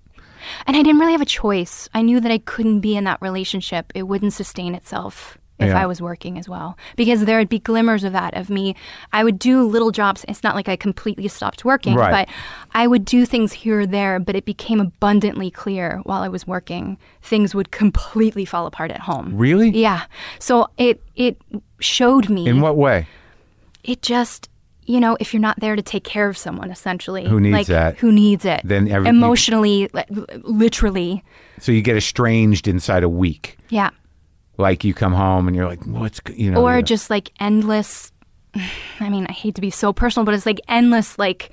And I didn't really have a choice. I knew that I couldn't be in that relationship. It wouldn't sustain itself if Yeah. I was working as well. Because there would be glimmers of that of me. I would do little jobs. It's not like I completely stopped working, Right. but I would do things here or there, but it became abundantly clear while I was working, things would completely fall apart at home. Really? Yeah. So it it showed me In what way? it just you know if you're not there to take care of someone essentially Who needs like, that? who needs it Then every- emotionally li- literally So you get estranged inside a week. yeah Like you come home and you're like, what's go-" you know? or you're- just like endless i mean i hate to be so personal but it's like endless like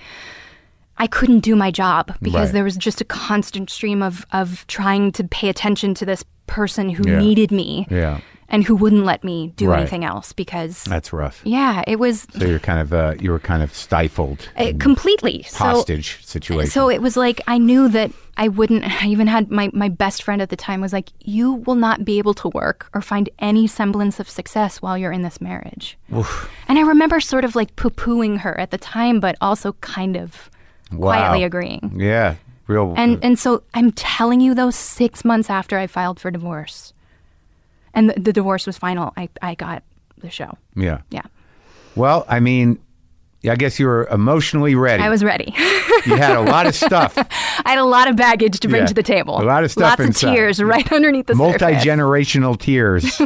i couldn't do my job because Right. there was just a constant stream of of trying to pay attention to this person who Yeah. needed me Yeah. and who wouldn't let me do Right. anything else because that's rough. yeah it was So you're kind of uh, you were kind of stifled, uh, completely so hostage situation. So it was like I knew that I wouldn't. I even had my my best friend at the time was like, "You will not be able to work or find any semblance of success while you're in this marriage." And I remember sort of like poo pooing her at the time, but also kind of Wow. quietly agreeing. yeah, Real And and so I'm telling you, though, six months after I filed for divorce, and the, the divorce was final, I, I got the show. yeah. Yeah, Well, I mean, I guess you were emotionally ready. I was ready. you had a lot of stuff, I had a lot of baggage to bring Yeah. to the table. A lot of stuff Lots inside. of tears right underneath the multi surface. generational tears.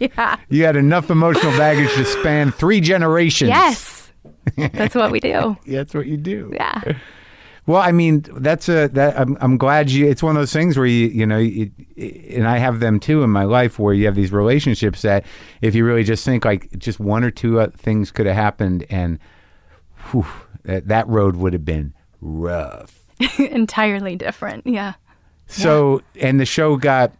yeah. You had enough emotional baggage to span three generations. Yes, that's what we do. That's what you do. Yeah, Well, I mean, that's a that I'm, I'm glad you. It's one of those things where you you know, you, and I have them too in my life where you have these relationships that if you really just think like just one or two uh, things could have happened and whew, that that road would have been rough. entirely different. Yeah. So and the show got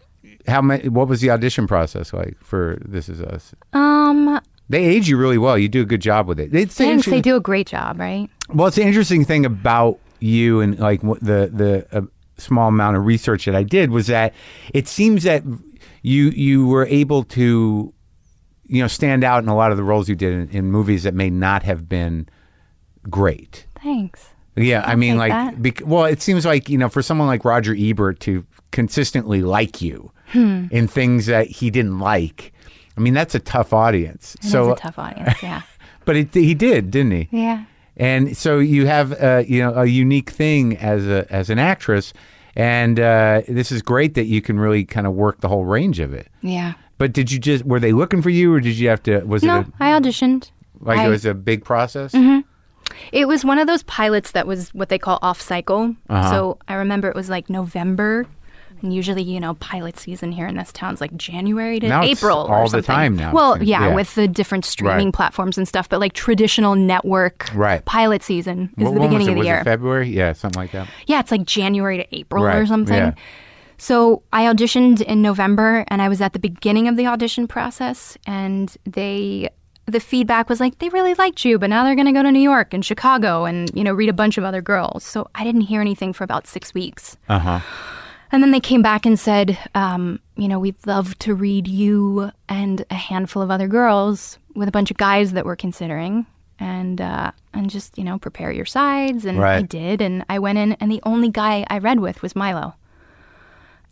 how many? What was the audition process like for This Is Us? Um. They age you really well. You do a good job with it. It's Thanks. interesting. They do a great job, right? Well, it's the interesting thing about you and like what the the uh, small amount of research that I did was that it seems that you you were able to you know stand out in a lot of the roles you did in, in movies that may not have been great. Thanks. Yeah, I mean, take like, that. bec- well, it seems like you know, for someone like Roger Ebert to consistently like you Hmm. in things that he didn't like, I mean, that's a tough audience. It so, uh, is a tough audience. Yeah. but it, he did, didn't he? yeah. And so you have uh, you know a unique thing as a as an actress, and uh, this is great that you can really kind of work the whole range of it. Yeah. But did you just were they looking for you, or did you have to? Was No, it a, I auditioned. like I- Mm-hmm. it was a big process? It was one of those pilots that was what they call off cycle. Uh-huh. So I remember it was like November. And usually, you know, pilot season here in this town's like January to Now it's April or all the something. time now, it Well, seems. yeah, Yeah. with the different streaming Right. platforms and stuff, but like traditional network Right. pilot season is What- the when beginning was it? of the was year. It February, yeah, something like that. yeah, it's like January to April Right, or something. yeah. So I auditioned in November and I was at the beginning of the audition process and they the feedback was like they really liked you, but now they're going to go to New York and Chicago and you know read a bunch of other girls. So I didn't hear anything for about 6 weeks. And then they came back and said, um, you know, we'd love to read you and a handful of other girls with a bunch of guys that we're considering, and uh, and just you know prepare your sides. And I Right. did, and I went in, and the only guy I read with was Milo.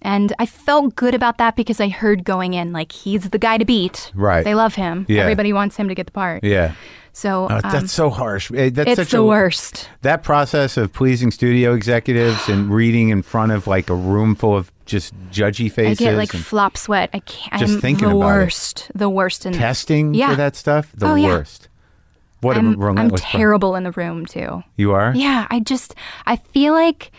And I felt good about that because I heard going in like he's the guy to beat. Right. They love him. Yeah. Everybody wants him to get the part. Yeah, So Oh, um, that's so harsh. Eh, That's it's such the a, worst. That process of pleasing studio executives and reading in front of like a room full of just judgy I faces get like and flop sweat. I can't. Just I'm thinking the about it. worst. The worst in testing Yeah. for that stuff, the Oh, yeah. worst. What a I'm, I'm relentless pro- terrible in the room too. You are? Yeah, I just I feel like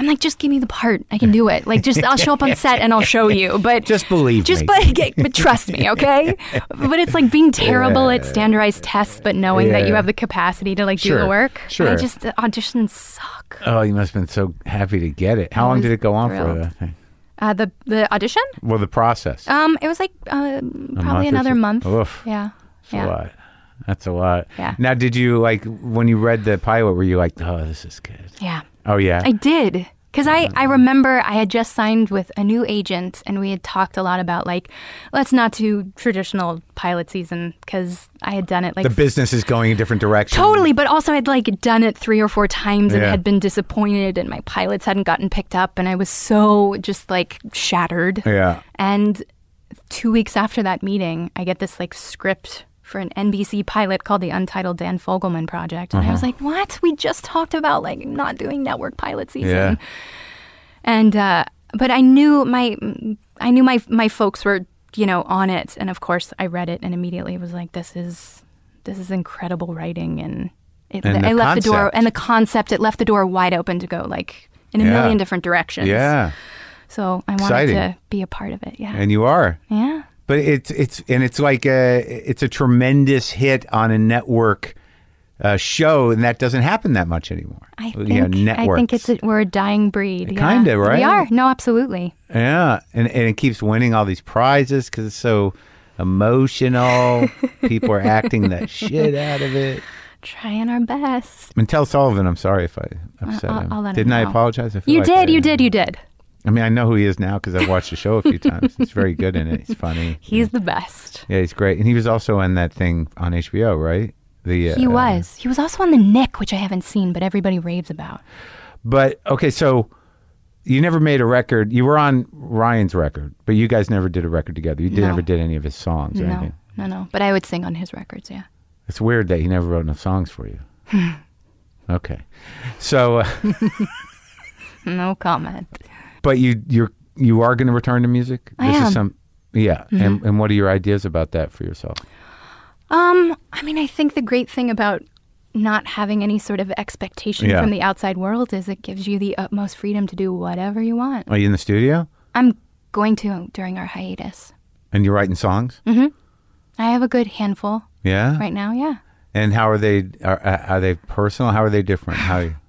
I'm like just give me the part. I can do it. Like just I'll show up on set and I'll show you. But Just believe just me. but get- but trust me, okay? but it's like being terrible at standardized tests, but knowing that you Yeah. have the capacity to like do Sure, the work. sure. And I just the auditions suck. Oh, you must have been so happy to get it. How long was did it go on for? thrilled. that thing? Uh, the the audition? Well, the process. Um, it was like uh, month or probably another so. month. Oof. Yeah. That's a Yeah. lot. That's a lot. Yeah. Now, did you like when you read the pilot? Were you like, "Oh, this is good"? Yeah. Oh yeah. Mm. I did. Because I, I remember I had just signed with a new agent and we had talked a lot about, like, let's not do traditional pilot season because I had done it like the business is going a different direction. totally, but also I'd like done it three or four times and Yeah. had been disappointed and my pilots hadn't gotten picked up and I was so just like shattered. Yeah. And two weeks after that meeting, I get this like script for an NBC pilot called the Untitled Dan Fogelman Project. And I Uh-huh. was like, what? We just talked about like not doing network pilot season Yeah. and uh, but I knew my I knew my my folks were you know on it, and of course I read it and immediately was like, this is this is incredible writing, and it, And the I left the door concept. and the concept it left the door wide open to go like in a Yeah. million different directions. Yeah. So I wanted Exciting. to be a part of it. Yeah. And you are. yeah. But it's it's and it's like a it's a tremendous hit on a network uh, show, and that doesn't happen that much anymore. I think, yeah, I networks. think it's a, we're a dying breed. yeah. Kinda, right? We are. No, absolutely. Yeah, and and it keeps winning all these prizes because it's so emotional. People are acting the shit out of it. Trying our best. And tell Sullivan, I'm sorry if I upset I'll- him. I'll let him Didn't I know. apologize? I feel You like did. I- You did. You did. I mean, I know who he is now because I've watched the show a few times. He's very good in it. He's funny. He's the best. yeah, he's great. And he was also in that thing on HBO, right? The uh, He was. He was also on the Nick, which I haven't seen, but everybody raves about. But okay, so you never made a record. You were on Ryan's record, but you guys never did a record together. You did- No. never did any of his songs or No, anything. no, no. But I would sing on his records. Yeah. It's weird that he never wrote enough songs for you. okay, so uh, No comment. but you you're you are going to return to music. I this am. Mm-hmm. is some yeah. And and what are your ideas about that for yourself? Um, I mean, I think the great thing about not having any sort of expectation Yeah. from the outside world is it gives you the utmost freedom to do whatever you want. Are you in the studio I'm going to during our hiatus. and you're writing songs? I have a good handful Yeah. Mm-hmm. right now. Yeah. And how are they? Are, uh, are they personal? How are they different? How?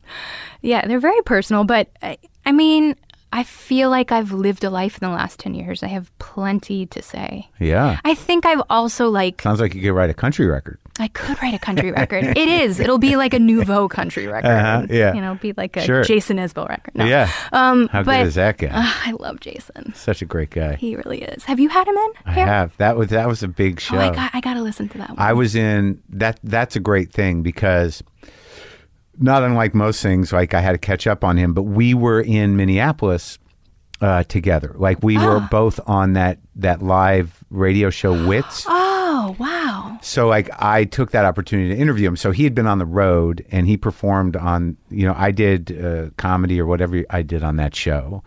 Yeah, they're very personal, but I, I mean, I feel like I've lived a life in the last 10 years. I have plenty to say. yeah. I think I've also like Sounds like you could write a country record. I could write a country record. It is. It'll be like a nouveau country record. Uh-huh, yeah. You know, be like a Sure. Jason Isbell record. No. Yeah. Um How but good is that guy? Ah, I love Jason. Such a great guy. He really is. Have you had him in? I have. That was that was a big show. Oh, I got I gotta listen to that one. I was in that. That's a great thing because, not unlike most things, like I had to catch up on him. But we were in Minneapolis uh, together. Like we were Ah. both on that that live radio show Wits. oh wow. So like I took that opportunity to interview him. So he had been on the road and he performed on you know I did uh, comedy or whatever I did on that show,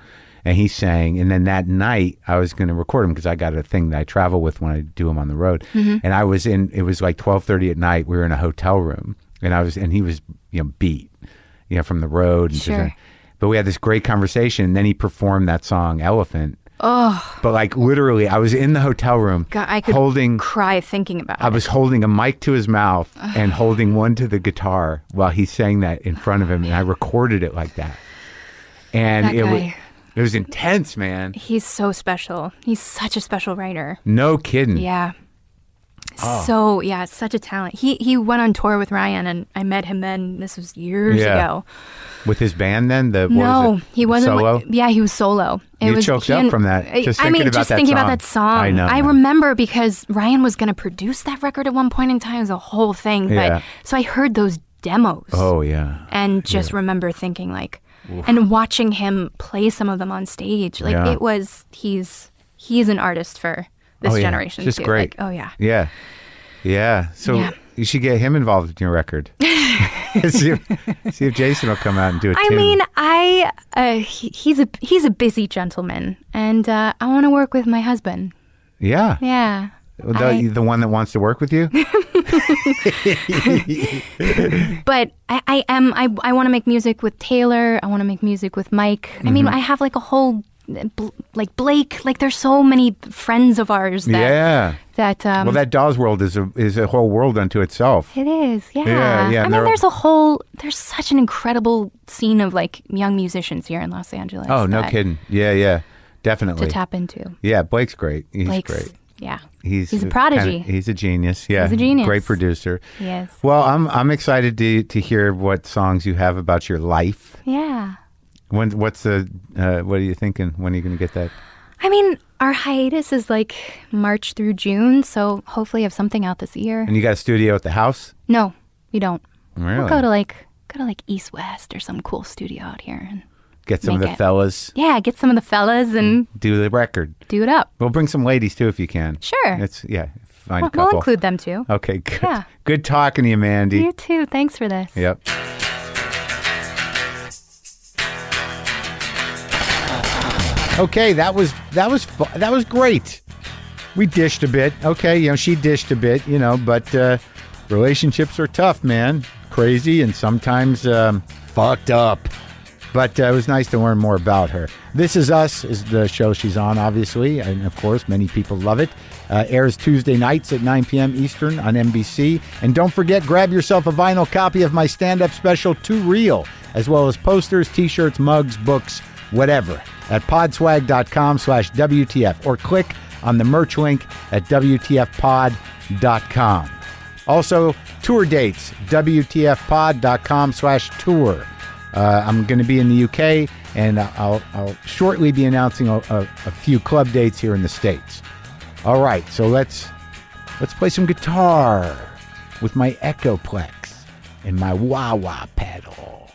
and he sang. And then that night I was going to record him because I got a thing that I travel with when I do him on the road. Mm-hmm. And I was in it was like twelve thirty at night. We were in a hotel room and I was and he was you know beat you know from the road. And Sure. But we had this great conversation. And then he performed that song Elephant. Oh. But like literally, I was in the hotel room God, I could holding cry thinking about I it. was holding a mic to his mouth and holding one to the guitar while he sang that in front of him, and I recorded it like that. And That it was guy. it was intense, man. He's so special. He's such a special writer. No kidding. Yeah. Ah. So yeah, such a talent. He he went on tour with Ryan, and I met him then. This was years Yeah. ago. With his band, then the what no, was it? he wasn't. solo. yeah, he was solo. It You was, choked he up and- from that, I- just I thinking mean, about just that thinking song. about that song. I know. remember because Ryan was going to produce that record at one point in time. It was a whole thing. But Yeah. so I heard those demos oh yeah. and just remember thinking like, and watching him play some of them on stage. Like Yeah. it was. He's he's an artist for this oh, yeah. generation. Just too. great. Like, oh yeah. Yeah. Yeah. So Yeah. you should get him involved in your record. see, if, see if Jason will come out and do a I tune. mean, I uh, he, he's a he's a busy gentleman, and uh, I want to work with my husband. yeah. Yeah, The, I- the one that wants to work with you? but I, I am I I want to make music with Taylor. I want to make music with Mike. I Mm-hmm. mean, I have like a whole uh, bl- like Blake. Like there's so many friends of ours that yeah. that um. Well, that Dawes world is a is a whole world unto itself. it is, yeah. Yeah, yeah, I and mean, they're- there's a whole, there's such an incredible scene of like young musicians here in Los Angeles. Oh, no that- kidding. Yeah, yeah, To definitely. tap into. Yeah, Blake's great. He's Blake's, great. yeah. He's, uh, He's a kinda- prodigy. he's a genius. Yeah, He's a genius. Great producer. He is. Well, I'm I'm excited to to hear what songs you have about your life. Yeah. When what's the uh, what are you thinking? When are you going to get that? I mean, our hiatus is like March through June, so hopefully I have something out this year. And you got a studio at the house? No, we don't. Really? We'll go to like go to like East West or some cool studio out here and get some of make the it. fellas yeah, get some of the fellas and do the record. do it up. We'll bring some ladies too if you can. Sure. It's yeah. Find a We'll, couple. we'll include them too. Okay. Good. Yeah. Good talking to you, Mandy. You too. Thanks for this. Yep. Okay, that was that was fu- that was great. We dished a bit. Okay, you know she dished a bit, you know, but uh, relationships are tough, man. Crazy and sometimes um, fucked up. But uh, it was nice to learn more about her. This is Us is the show she's on, obviously, and of course, many people love it. Uh, airs Tuesday nights at 9 p.m. Eastern on NBC. And don't forget, grab yourself a vinyl copy of my stand-up special, Too Real, as well as posters, T-shirts, mugs, books, whatever, at podswag.com slash WTF, or click on the merch link at WTFpod.com. Also, tour dates, WTFpod.com slash tour. Uh, I'm going to be in the UK, and I'll, I'll shortly be announcing a, a, a few club dates here in the States. All right, so let's let's play some guitar with my Echoplex and my Wah Wah pedal.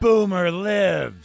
Boomer lives.